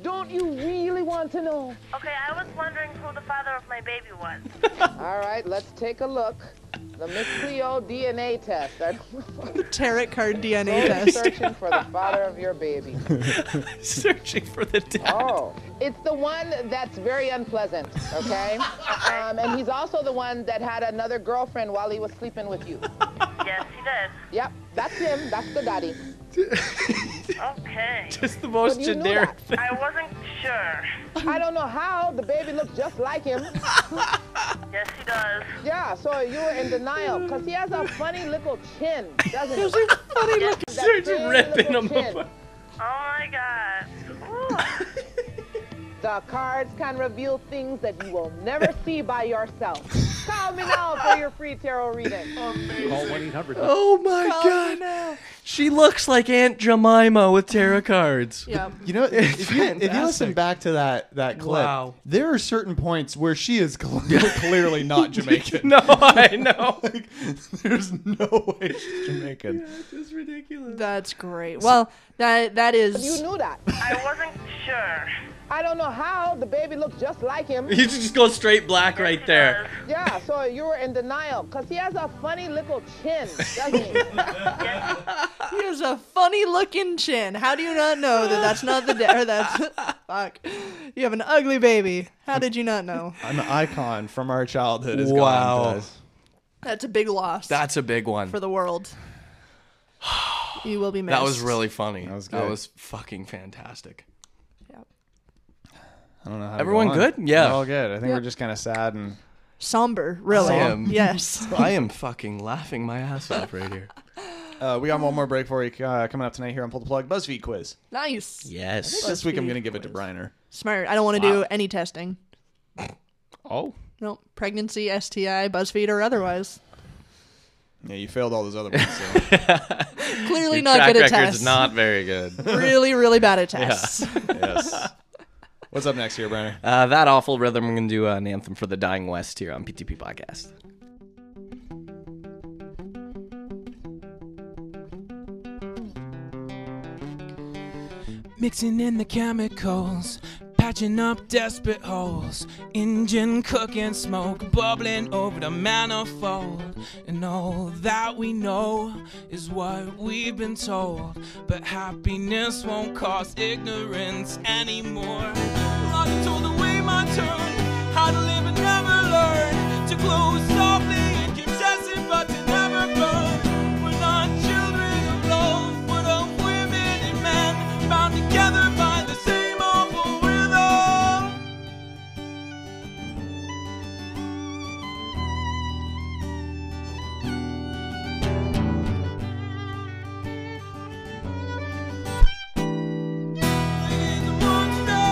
Speaker 11: Don't you really want to know?
Speaker 7: Okay, I was wondering who the father of my baby was.
Speaker 11: All right, let's take a look. The Miss Cleo DNA test. I'm
Speaker 3: Tarot card DNA test.
Speaker 11: searching for the father of your baby.
Speaker 5: Searching for the dad.
Speaker 11: Oh, it's the one that's very unpleasant, okay? Um, and he's also the one that had another girlfriend while he was sleeping with you.
Speaker 7: Yes, he did.
Speaker 11: Yep, that's him. That's the daddy.
Speaker 7: Okay.
Speaker 5: It's the most
Speaker 11: But you knew
Speaker 5: generic
Speaker 11: that.
Speaker 5: thing.
Speaker 7: I wasn't sure.
Speaker 11: I don't know how the baby looks just like him.
Speaker 7: Yes, he does.
Speaker 11: Yeah, so you were in denial because he has a funny little chin, doesn't he?
Speaker 5: They're just
Speaker 11: That
Speaker 5: ripping
Speaker 11: little
Speaker 5: him
Speaker 11: chin.
Speaker 5: apart.
Speaker 7: Oh my god. Ooh.
Speaker 11: The cards can reveal things that you will never see by yourself. Call me now for your free tarot reading.
Speaker 5: Oh my god. She looks like Aunt Jemima with tarot cards.
Speaker 3: Yeah.
Speaker 4: You know, if you, if you
Speaker 5: fantastic.
Speaker 4: listen back to that that clip,
Speaker 5: Wow.
Speaker 4: there are certain points where she is cl- clearly not Jamaican.
Speaker 5: No, I know.
Speaker 4: There's no way she's Jamaican.
Speaker 5: It's ridiculous.
Speaker 3: That's great. Well, that that is
Speaker 12: knew that.
Speaker 13: I wasn't sure.
Speaker 12: I don't know how the baby looked just like him.
Speaker 5: You just go straight black right there.
Speaker 12: Yeah, so you were in denial because he has a funny little chin, doesn't he?
Speaker 3: he has a funny looking chin. How do you not know that that's not the da- or that's fuck? You have an ugly baby. How did you not know?
Speaker 4: An icon from our childhood is
Speaker 5: Wow.
Speaker 4: gone. guys.
Speaker 3: That's a big loss
Speaker 5: That's a big one.
Speaker 3: for the world. You will be missed.
Speaker 5: That was really funny. That was,
Speaker 4: was good.
Speaker 5: fucking fantastic.
Speaker 4: I don't know. How to
Speaker 5: Everyone
Speaker 4: go on.
Speaker 5: good? Yeah.
Speaker 4: We're all good. I think we're just kind of sad and
Speaker 3: somber. Really?
Speaker 5: Sam.
Speaker 3: Yes.
Speaker 5: I am fucking laughing my ass off right here.
Speaker 4: uh, we got one more break for you uh, coming up tonight here on Pull the Plug BuzzFeed quiz.
Speaker 3: Nice.
Speaker 5: Yes.
Speaker 4: This week I'm gonna give it to Briner.
Speaker 3: Smart. I don't want to do any testing.
Speaker 5: Oh.
Speaker 3: No pregnancy, STI, BuzzFeed, or otherwise.
Speaker 4: Yeah, you failed all those other ones. So.
Speaker 3: Clearly
Speaker 5: Your
Speaker 3: not
Speaker 5: track
Speaker 3: good at
Speaker 5: record's
Speaker 3: tests.
Speaker 5: not very good.
Speaker 3: really, really bad at tests.
Speaker 4: yes. What's up next here, Briner?
Speaker 5: Uh, that awful rhythm. We're gonna do an anthem for the dying west here on PTP podcast.
Speaker 13: Mixing in the chemicals, patching up desperate holes, engine cooking smoke bubbling over the manifold. And all that we know is what we've been told. But happiness won't cost ignorance anymore. Locked told the way my turn, how to live and never learn, to glow softly and keep testing but to never burn. We're not children of love, but of women and men, bound together by the same awful rhythm. Singing the monster.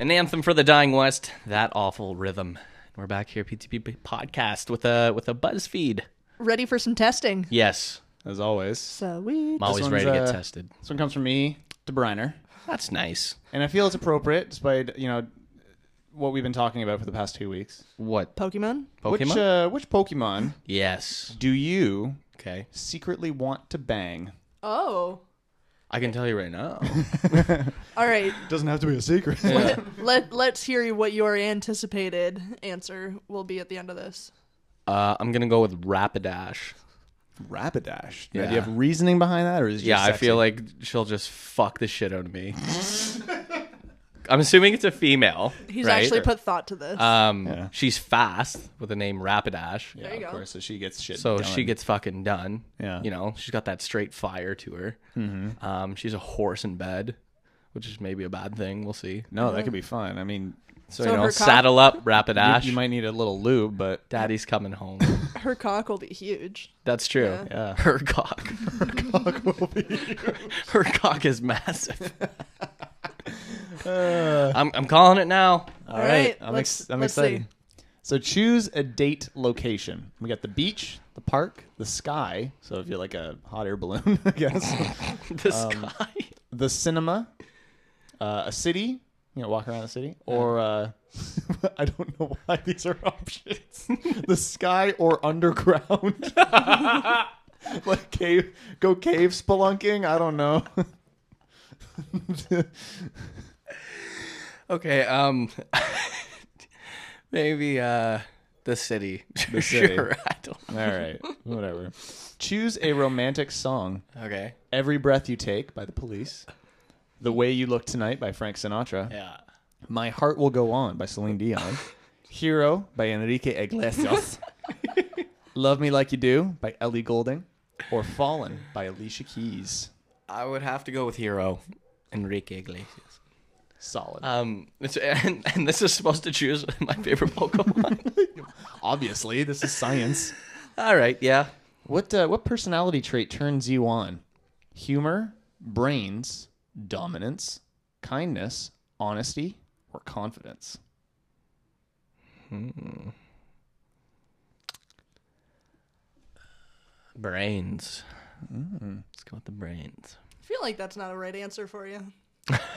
Speaker 5: An anthem for the dying west. That awful rhythm. We're back here, PTP podcast with a with a BuzzFeed.
Speaker 3: Ready for some testing.
Speaker 5: Yes,
Speaker 4: as always.
Speaker 3: So we.
Speaker 5: I'm always ready to get tested.
Speaker 4: uh, This one comes from me to Briner.
Speaker 5: That's nice.
Speaker 4: And I feel it's appropriate, despite you know what we've been talking about for the past two weeks.
Speaker 5: What
Speaker 3: Pokemon?
Speaker 4: Which,
Speaker 5: Pokemon?
Speaker 4: uh, which Pokemon?
Speaker 5: yes.
Speaker 4: Do you
Speaker 5: okay
Speaker 4: secretly want to bang?
Speaker 3: Oh.
Speaker 5: I can tell you right now.
Speaker 3: All right.
Speaker 4: Doesn't have to be a secret.
Speaker 3: Let Let's hear what your anticipated answer will be at the end of this.
Speaker 5: Uh, I'm gonna go with Rapidash.
Speaker 4: Rapidash. Now, do you have reasoning behind that, or is it just
Speaker 5: yeah? I
Speaker 4: sexy?
Speaker 5: feel like she'll just fuck the shit out of me. I'm assuming it's a female.
Speaker 3: He's
Speaker 5: right?
Speaker 3: actually put thought to this.
Speaker 5: Um, she's fast with the name Rapidash.
Speaker 3: There you go.
Speaker 4: So she gets shit.
Speaker 5: so
Speaker 4: done.
Speaker 5: she gets fucking done.
Speaker 4: Yeah.
Speaker 5: you know, she's got that straight fire to her.
Speaker 4: Mhm.
Speaker 5: Um, she's a horse in bed, which is maybe a bad thing. We'll see.
Speaker 4: No, that could be fun. I mean,
Speaker 5: so,
Speaker 4: So
Speaker 5: you know,
Speaker 3: her cock-
Speaker 5: saddle up, Rapidash.
Speaker 4: You- you might need a little lube, but
Speaker 5: Daddy's coming home.
Speaker 3: Her cock will be huge.
Speaker 5: That's true.
Speaker 3: Yeah.
Speaker 4: Yeah.
Speaker 5: Her cock. Her cock will be. Her cock is massive. I'm, I'm calling it now.
Speaker 4: All right. I'm, ex- I'm
Speaker 5: let's
Speaker 4: excited. So choose a date location. We got the beach, the park, the sky. So if you're like a hot air balloon, I guess. Um,
Speaker 5: the sky.
Speaker 4: The cinema, uh, a city. You know, walk around the city, or uh, I don't know why these are options. the sky or underground. like cave, go cave spelunking. I don't know.
Speaker 5: Okay. Um. maybe uh, the city.
Speaker 4: The city.
Speaker 5: sure. I don't.
Speaker 4: All right, whatever. Choose a romantic song.
Speaker 5: Okay.
Speaker 4: Every Breath You Take by the Police. The Way You Look Tonight by Frank Sinatra.
Speaker 5: Yeah.
Speaker 4: My Heart Will Go On by Celine Dion. Hero by Enrique Iglesias. Love Me Like You Do by Ellie Goulding. Or Fallen by Alicia Keys.
Speaker 5: I would have to go with Hero, Enrique Iglesias.
Speaker 4: Solid.
Speaker 5: Um, it's, and, and this is supposed to choose my favorite Pokemon.
Speaker 4: Obviously, this is science.
Speaker 5: All right, yeah.
Speaker 4: What uh, what personality trait turns you on? Humor, brains, dominance, kindness, honesty, or confidence?
Speaker 5: Brains.
Speaker 4: Mm.
Speaker 5: Let's go with the brains.
Speaker 3: I feel like that's not a right answer for you.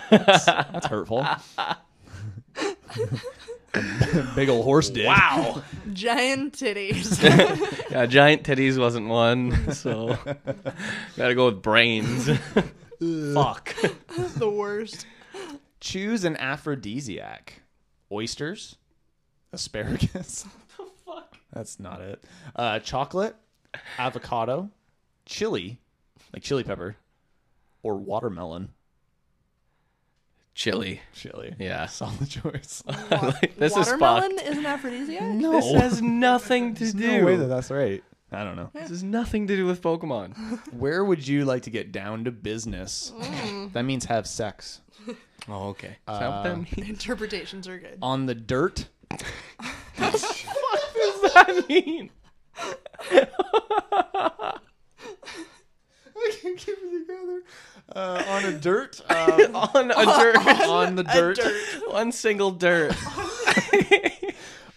Speaker 4: That's hurtful. Big old horse dick.
Speaker 5: Wow.
Speaker 3: Giant titties.
Speaker 5: yeah, giant titties wasn't one, so gotta go with brains. Fuck.
Speaker 3: the worst.
Speaker 4: Choose an aphrodisiac. Oysters, asparagus. That's not it. Uh, chocolate, avocado, chili, like chili pepper, or watermelon.
Speaker 5: Chili.
Speaker 4: Chili.
Speaker 5: Yeah.
Speaker 4: Solid choice.
Speaker 5: this is fucked.
Speaker 3: Watermelon is an aphrodisiac?
Speaker 5: This has nothing to do.
Speaker 4: no way that that's right. I don't know.
Speaker 5: this has nothing to do with Pokemon.
Speaker 4: Where would you like to get down to business? That means have sex. Uh,
Speaker 5: Oh, okay. Is that what that means?
Speaker 3: Interpretations are good.
Speaker 4: On the dirt,
Speaker 5: What does that mean?
Speaker 4: I can keep it together. Uh, on a dirt. um,
Speaker 5: on a dirt.
Speaker 4: on the dirt.
Speaker 5: One single dirt.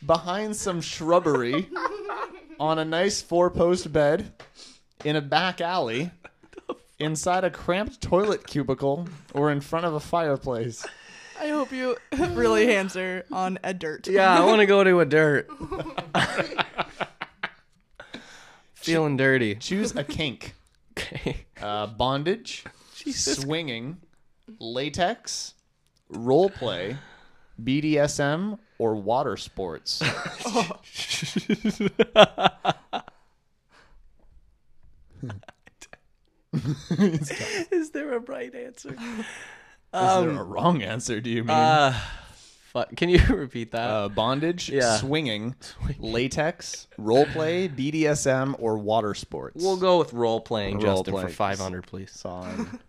Speaker 4: Behind some shrubbery. on a nice four post bed. In a back alley. Inside a cramped toilet cubicle. Or in front of a fireplace.
Speaker 3: I hope you really answer on a dirt.
Speaker 5: Yeah, I want to go to a dirt. Feeling dirty.
Speaker 4: Choose a kink
Speaker 5: Okay.
Speaker 4: uh, bondage, swinging, latex, role play, BDSM, or water sports.
Speaker 5: Is there a right answer? Um,
Speaker 4: Is there a wrong answer? Do you mean
Speaker 5: uh, Fuck, can you repeat that?
Speaker 4: uh, bondage,
Speaker 5: yeah.
Speaker 4: swinging, latex, role play, BDSM, or water sports?
Speaker 5: we'll go with role playing,
Speaker 4: Role
Speaker 5: Justin, for
Speaker 4: playing.
Speaker 5: 500, please.
Speaker 4: Song.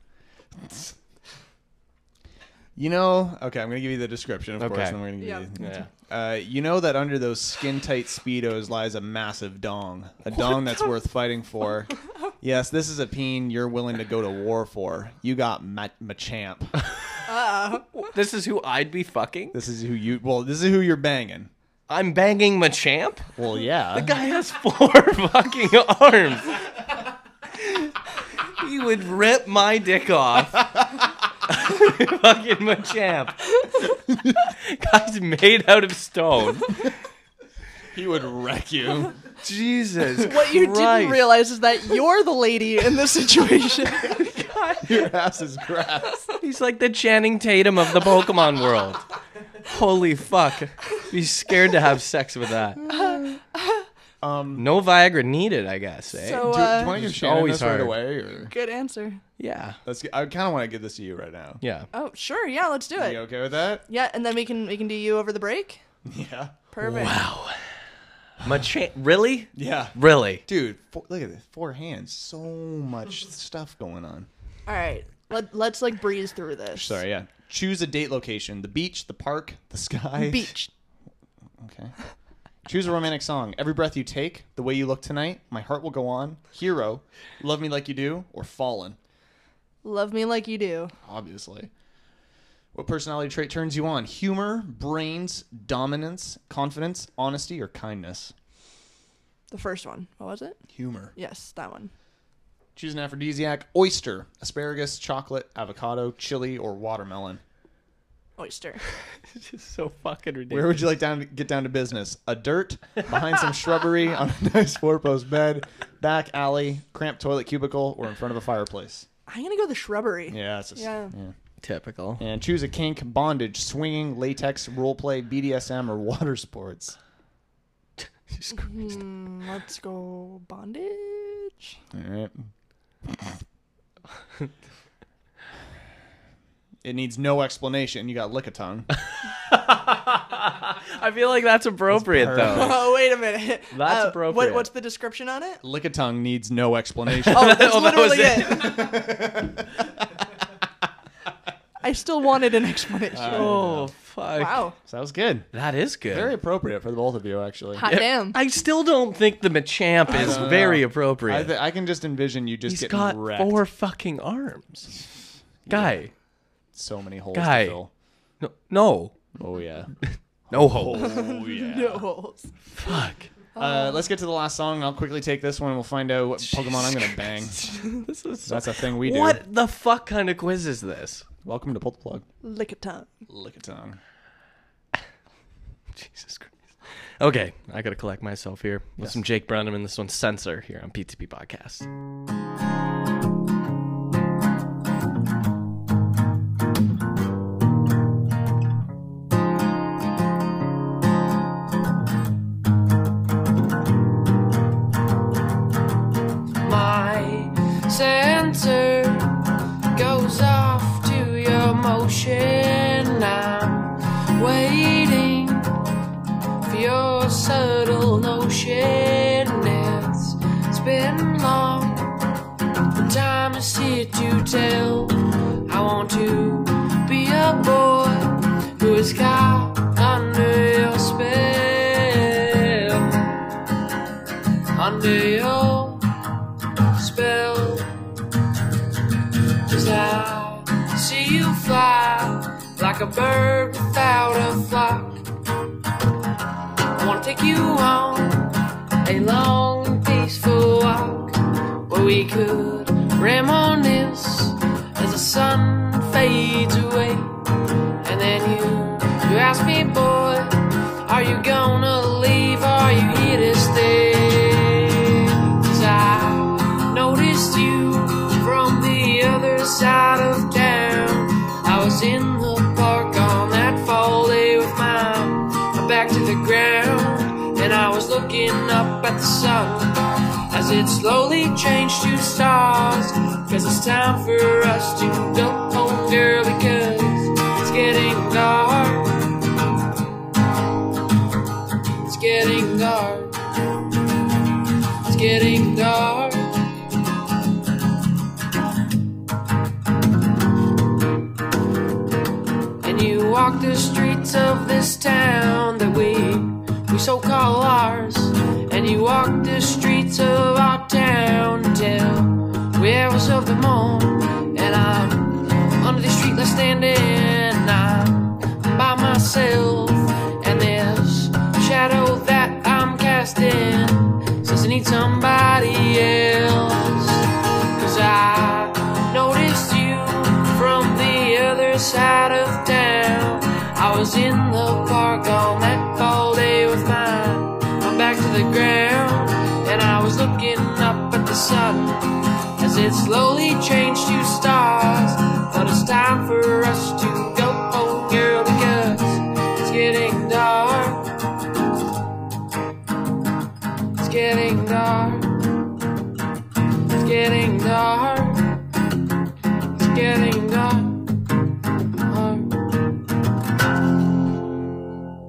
Speaker 4: you know, okay, I'm gonna give you the description, of course,
Speaker 5: Okay.
Speaker 4: and we're gonna give
Speaker 3: Yeah.
Speaker 4: you Uh, you know that under those skin tight speedos lies a massive dong, a dong that's worth fighting for.
Speaker 3: Oh.
Speaker 4: yes, this is a peen you're willing to go to war for. You got ma- Machamp.
Speaker 3: Uh,
Speaker 5: This is who I'd be fucking.
Speaker 4: This is who you. Well, this is who you're banging.
Speaker 5: I'm banging Machamp.
Speaker 4: Well, yeah.
Speaker 5: The guy has four fucking arms. he would rip my dick off. fucking Machamp. Guy's made out of stone.
Speaker 4: He would wreck you.
Speaker 5: Jesus.
Speaker 3: What you
Speaker 5: Christ.
Speaker 3: didn't realize is that you're the lady in this situation.
Speaker 4: Your ass is grass.
Speaker 5: He's like the Channing Tatum of the Pokemon world. Holy fuck. Be scared to have sex with that.
Speaker 4: Um,
Speaker 5: No Viagra needed, I guess. Eh?
Speaker 3: So,
Speaker 4: do, do you
Speaker 3: uh,
Speaker 4: want to give
Speaker 5: It's
Speaker 4: Shannon
Speaker 5: always
Speaker 4: this right
Speaker 5: hard.
Speaker 4: away? Or?
Speaker 3: good answer.
Speaker 5: yeah.
Speaker 4: Let's. Get, I kind of want to give this to you right now.
Speaker 5: Yeah.
Speaker 3: Oh, sure. Yeah, let's do
Speaker 4: You
Speaker 3: it.
Speaker 4: okay with that?
Speaker 3: Yeah, and then we can we can do you over the break.
Speaker 4: Yeah.
Speaker 3: Perfect.
Speaker 5: Machamp. Really?
Speaker 4: Yeah.
Speaker 5: Really?
Speaker 4: Dude, four, look at this. Four hands. So much stuff going on.
Speaker 3: All right. Let, let's like breeze through this.
Speaker 4: Sorry, yeah. Choose a date location: the beach, the park, the sky.
Speaker 3: Beach.
Speaker 4: Okay. Choose a romantic song: "Every Breath You Take," "The Way You Look Tonight," "My Heart Will Go On," "Hero," "Love Me Like You Do," or "Fallen."
Speaker 3: Love me like you do.
Speaker 4: Obviously. What personality trait turns you on? Humor, brains, dominance, confidence, honesty, or kindness?
Speaker 3: The first one. What was it?
Speaker 4: Humor.
Speaker 3: Yes, that one.
Speaker 4: Choose an aphrodisiac: oyster, asparagus, chocolate, avocado, chili, or watermelon.
Speaker 3: Oyster.
Speaker 5: This is so fucking ridiculous.
Speaker 4: Where would you like down to get down to business? A dirt behind some shrubbery on a nice four post bed, back alley, cramped toilet cubicle, or in front of a fireplace.
Speaker 3: I'm gonna go the shrubbery.
Speaker 4: Yeah, it's just,
Speaker 3: Yeah.
Speaker 5: Typical.
Speaker 4: And choose a kink, bondage, swinging, latex, role play, BDSM, or water sports.
Speaker 5: Jesus Christ.
Speaker 3: Mm, let's go bondage.
Speaker 4: All right. It needs no explanation. You got lick a tongue.
Speaker 5: I feel like that's appropriate though.
Speaker 3: Oh wait a minute.
Speaker 5: That's
Speaker 3: Uh,
Speaker 5: appropriate.
Speaker 3: What, what's the description on it?
Speaker 4: Lick a tongue needs no explanation.
Speaker 3: Oh, that's
Speaker 5: Oh, that was
Speaker 3: literally it. I still wanted an explanation.
Speaker 5: Oh fuck.
Speaker 3: wow.
Speaker 4: So that was good.
Speaker 5: That is good.
Speaker 4: Very appropriate for the both of you, actually.
Speaker 3: Hot damn.
Speaker 5: I still don't think the Machamp is very appropriate.
Speaker 4: Uh, I, th- I can just envision you just
Speaker 5: He's
Speaker 4: getting
Speaker 5: got
Speaker 4: wrecked.
Speaker 5: four fucking arms. Guy.
Speaker 4: so many holes
Speaker 5: Guy.
Speaker 4: to fill.
Speaker 5: No, no.
Speaker 4: Oh yeah.
Speaker 5: No holes.
Speaker 4: Oh yeah.
Speaker 3: no holes.
Speaker 5: Fuck.
Speaker 4: Uh, let's get to the last song. I'll quickly take this one. We'll find out what Pokemon I'm gonna bang.
Speaker 5: This is so-
Speaker 4: That's a thing we do.
Speaker 5: What the fuck kind of quiz is this?
Speaker 4: Welcome to Pull the Plug.
Speaker 3: Lick a tongue.
Speaker 4: Lick a tongue.
Speaker 5: Jesus Christ. Okay, I gotta collect myself here with some Jake Brunham and this one's Censor here on PTP Podcast.
Speaker 14: my sensor goes off to your motion. I'm waiting for your subtle notion. It's, it's been long. The time is here to tell. I want to be a boy who is caught under your spell. Under your spell. Cause I see you fly like a bird without a flock. I wanna take you on a long and peaceful walk where we could reminisce as the sun fades away. And then you, you ask me, boy, are you gonna leave? Are you here to stay? 'Cause I noticed you from the other side of town. I was in the park on that fall day with my my back to the ground, and I was looking up at the sun as it slowly changed to stars. Cause it's time for us to go home, girl, because it's getting dark. It's getting dark. It's getting dark. And you walk the streets of this town that we we so call ours. And you walk the streets of our town till we hours of the morn. And I'm under the streetlight standing texting, says I need somebody else. Cause I noticed you from the other side of town. I was in the park on that fall day with mine. My back to the ground, and I was looking up at the sun as it slowly changed to stars. Thought it's time for us to go home, girl, because it's getting dark. It's getting dark. It's getting dark. It's getting dark.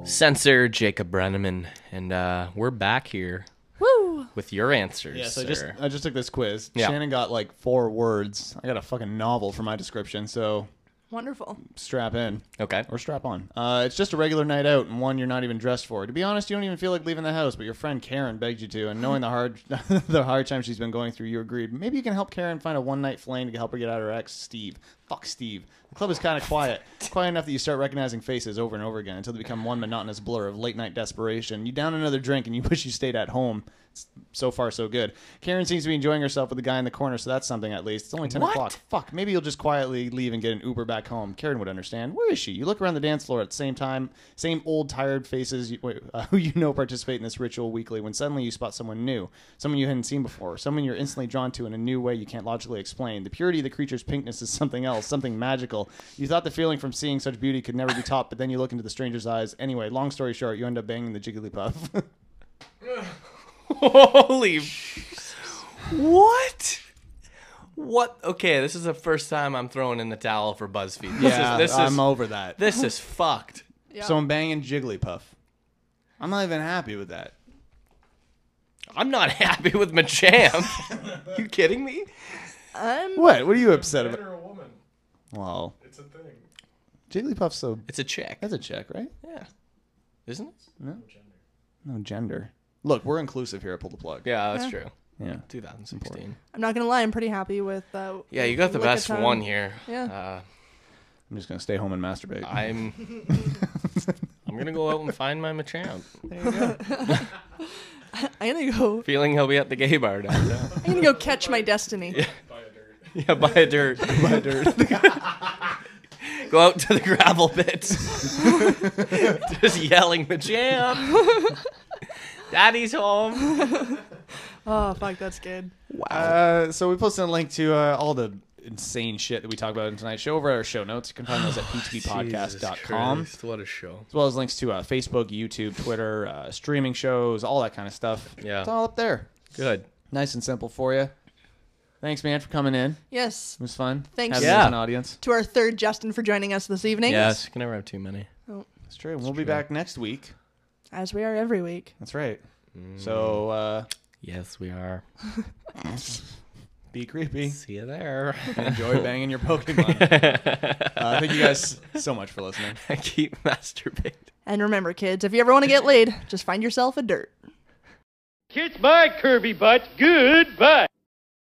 Speaker 5: Censor Jacob Brenneman, and uh, we're back here
Speaker 3: Woo!
Speaker 5: with your answers.
Speaker 4: Yeah, so I just
Speaker 5: sir.
Speaker 4: I just took this quiz.
Speaker 5: Yeah.
Speaker 4: Shannon got like four words. I got a fucking novel for my description, so
Speaker 3: Wonderful.
Speaker 4: strap in.
Speaker 5: Okay.
Speaker 4: Or strap on. Uh, it's just a regular night out and one you're not even dressed for. To be honest, you don't even feel like leaving the house, but your friend Karen begged you to, and knowing the hard the hard time she's been going through, you agreed. Maybe you can help Karen find a one night flame to help her get out of her ex, Steve. Fuck Steve. The club is kind of quiet. quiet enough that you start recognizing faces over and over again until they become one monotonous blur of late night desperation. You down another drink and you wish you stayed at home. It's- So far, so good. Karen seems to be enjoying herself with the guy in the corner, so that's something at least. It's only 10
Speaker 5: What?
Speaker 4: o'clock. Fuck, maybe you'll just quietly leave and get an Uber back home. Karen would understand. Where is she? You look around the dance floor at the same time, same old tired faces you, wait, uh, who you know participate in this ritual weekly when suddenly you spot someone new, someone you hadn't seen before, someone you're instantly drawn to in a new way you can't logically explain. The purity of the creature's pinkness is something else, something magical. You thought the feeling from seeing such beauty could never be topped, but then you look into the stranger's eyes. Anyway, long story short, you end up banging the Jigglypuff.
Speaker 5: Holy. What? What? Okay, this is the first time I'm throwing in the towel for BuzzFeed. This
Speaker 4: Yeah,
Speaker 5: is, this
Speaker 4: I'm
Speaker 5: is,
Speaker 4: over that.
Speaker 5: This is fucked.
Speaker 4: So I'm banging Jigglypuff. I'm not even happy with that.
Speaker 5: I'm not happy with Machamp. you kidding me?
Speaker 3: I'm
Speaker 4: What? What are you upset
Speaker 15: Man
Speaker 4: about?
Speaker 15: or a woman?
Speaker 4: Wow.
Speaker 15: It's a thing.
Speaker 4: Jigglypuff's so.
Speaker 5: It's a chick.
Speaker 4: That's a chick, right?
Speaker 5: Yeah. Isn't it?
Speaker 4: No. No gender. Look, we're inclusive here at Pull the Plug.
Speaker 5: Yeah, that's
Speaker 3: Yeah.
Speaker 5: true.
Speaker 4: Yeah.
Speaker 5: 2016.
Speaker 3: I'm not gonna lie. I'm pretty happy with. Uh,
Speaker 5: Yeah, you got the best
Speaker 3: Lickitung.
Speaker 5: one here.
Speaker 3: Yeah.
Speaker 5: Uh,
Speaker 4: I'm just going to stay home and masturbate.
Speaker 5: I'm I'm gonna go out and find my Machamp.
Speaker 3: I'm gonna go.
Speaker 5: Feeling he'll be at the gay bar down there.
Speaker 3: I'm gonna go catch my destiny.
Speaker 5: Yeah, buy a dirt. buy a dirt. Go out to the gravel pits. Just yelling Machamp. Daddy's home.
Speaker 3: Oh fuck, that's good.
Speaker 5: Wow.
Speaker 4: Uh, so we posted a link to uh, all the insane shit that we talk about in tonight's show over at our show notes. You can find those at ptbpodcast.com.
Speaker 5: Christ, what a show.
Speaker 4: As well as links to uh, Facebook, YouTube, Twitter, uh, streaming shows, all that kind of stuff.
Speaker 5: Yeah.
Speaker 4: It's all up there.
Speaker 5: Good.
Speaker 4: Nice and simple for you. Thanks, man, for coming in.
Speaker 3: Yes.
Speaker 4: It was fun.
Speaker 3: Thanks.
Speaker 4: Having you
Speaker 5: Yeah.
Speaker 4: as an audience.
Speaker 3: To our third Justin for joining us this evening.
Speaker 5: Yes, can never have too many.
Speaker 3: Oh,
Speaker 4: That's true. We'll be back next week.
Speaker 3: as we are every week.
Speaker 4: That's right. So uh,
Speaker 5: Mm. Yes, we are.
Speaker 4: be creepy.
Speaker 5: See you there.
Speaker 4: Enjoy banging your Pokemon. uh, thank you guys so much for listening.
Speaker 5: I keep masturbating.
Speaker 3: And remember, kids, if you ever want to get laid, just find yourself a dirt.
Speaker 16: Kiss my curvy butt. Goodbye.